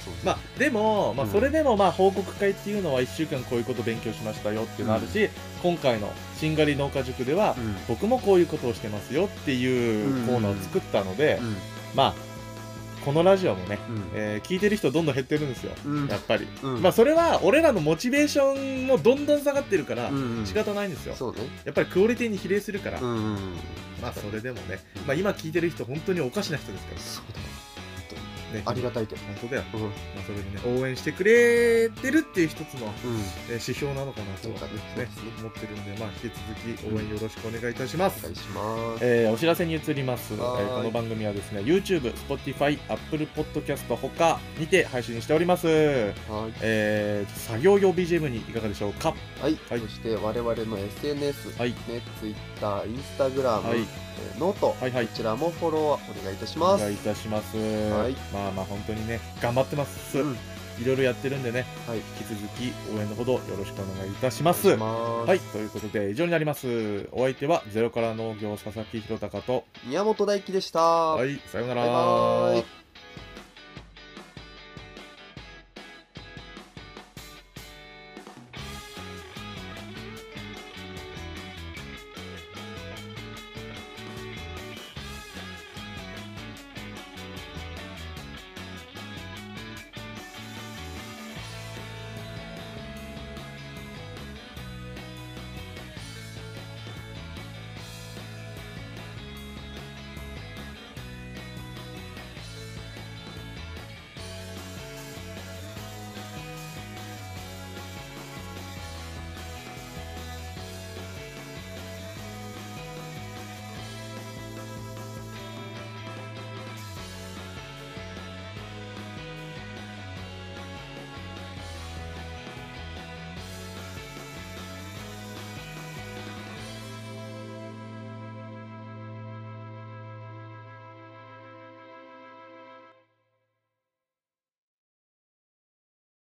Speaker 2: そう
Speaker 1: まあでも、まあ、
Speaker 2: うん
Speaker 1: それでもまあ報告会っていうのは1週間こういうこと勉強しましたよっていうのあるし、今回の「しんがり農家塾」では、
Speaker 2: うん
Speaker 1: 僕もこういうことをしてますよっていうコーナーを作ったので、まあこのラジオもね、
Speaker 2: う
Speaker 1: えー聞いてる人どんどん減ってるんですよ
Speaker 2: んうん
Speaker 1: やっぱり、
Speaker 2: うん
Speaker 1: まあそれは俺らのモチベーションもどんどん下がってるから
Speaker 2: うんうん
Speaker 1: 仕方ないんですよ、
Speaker 2: そうね
Speaker 1: やっぱりクオリティに比例するから、
Speaker 2: うんうんうん
Speaker 1: まあそれでもね、まあ、今聞いてる人本当におかしな人です
Speaker 2: そ
Speaker 1: か
Speaker 2: う
Speaker 1: らね
Speaker 2: だありがたいけど
Speaker 1: 本当だよ、
Speaker 2: うんうん
Speaker 1: まあ、それでね応援してくれてるっていう一つのえー指標なのかな
Speaker 2: そ
Speaker 1: と
Speaker 2: うだねそう
Speaker 1: ね
Speaker 2: ですね
Speaker 1: 思ってるんで、まあ、引き続き応援よろしくお願いいたしま
Speaker 2: お
Speaker 1: す
Speaker 2: 願い。します
Speaker 1: えーお知らせに移ります、えー
Speaker 2: はーい
Speaker 1: この番組はですね YouTube、Spotify、Apple Podcast ほかにて配信しております、
Speaker 2: はい
Speaker 1: えー作業用 BGM にいかがでしょうか
Speaker 2: はい、
Speaker 1: はい
Speaker 2: そして我々の SNS、
Speaker 1: はい
Speaker 2: ね、Twitter、Instagram、
Speaker 1: はい
Speaker 2: えーノート、
Speaker 1: はいはい
Speaker 2: こちらもフォローお願いいたし
Speaker 1: お
Speaker 2: ます。
Speaker 1: 願いいたします、
Speaker 2: い
Speaker 1: まあまあ本当にね頑張ってます、
Speaker 2: うん
Speaker 1: いろいろやってるんでね
Speaker 2: はい、
Speaker 1: 引き続き応援のほどよろしくお願いいたしま
Speaker 2: お
Speaker 1: す
Speaker 2: 願いします
Speaker 1: はい、ということで以上になりますお相手はゼロから農業佐々木弘隆と
Speaker 2: 宮本大輝でした。
Speaker 1: はいさようなら
Speaker 2: バイバーイ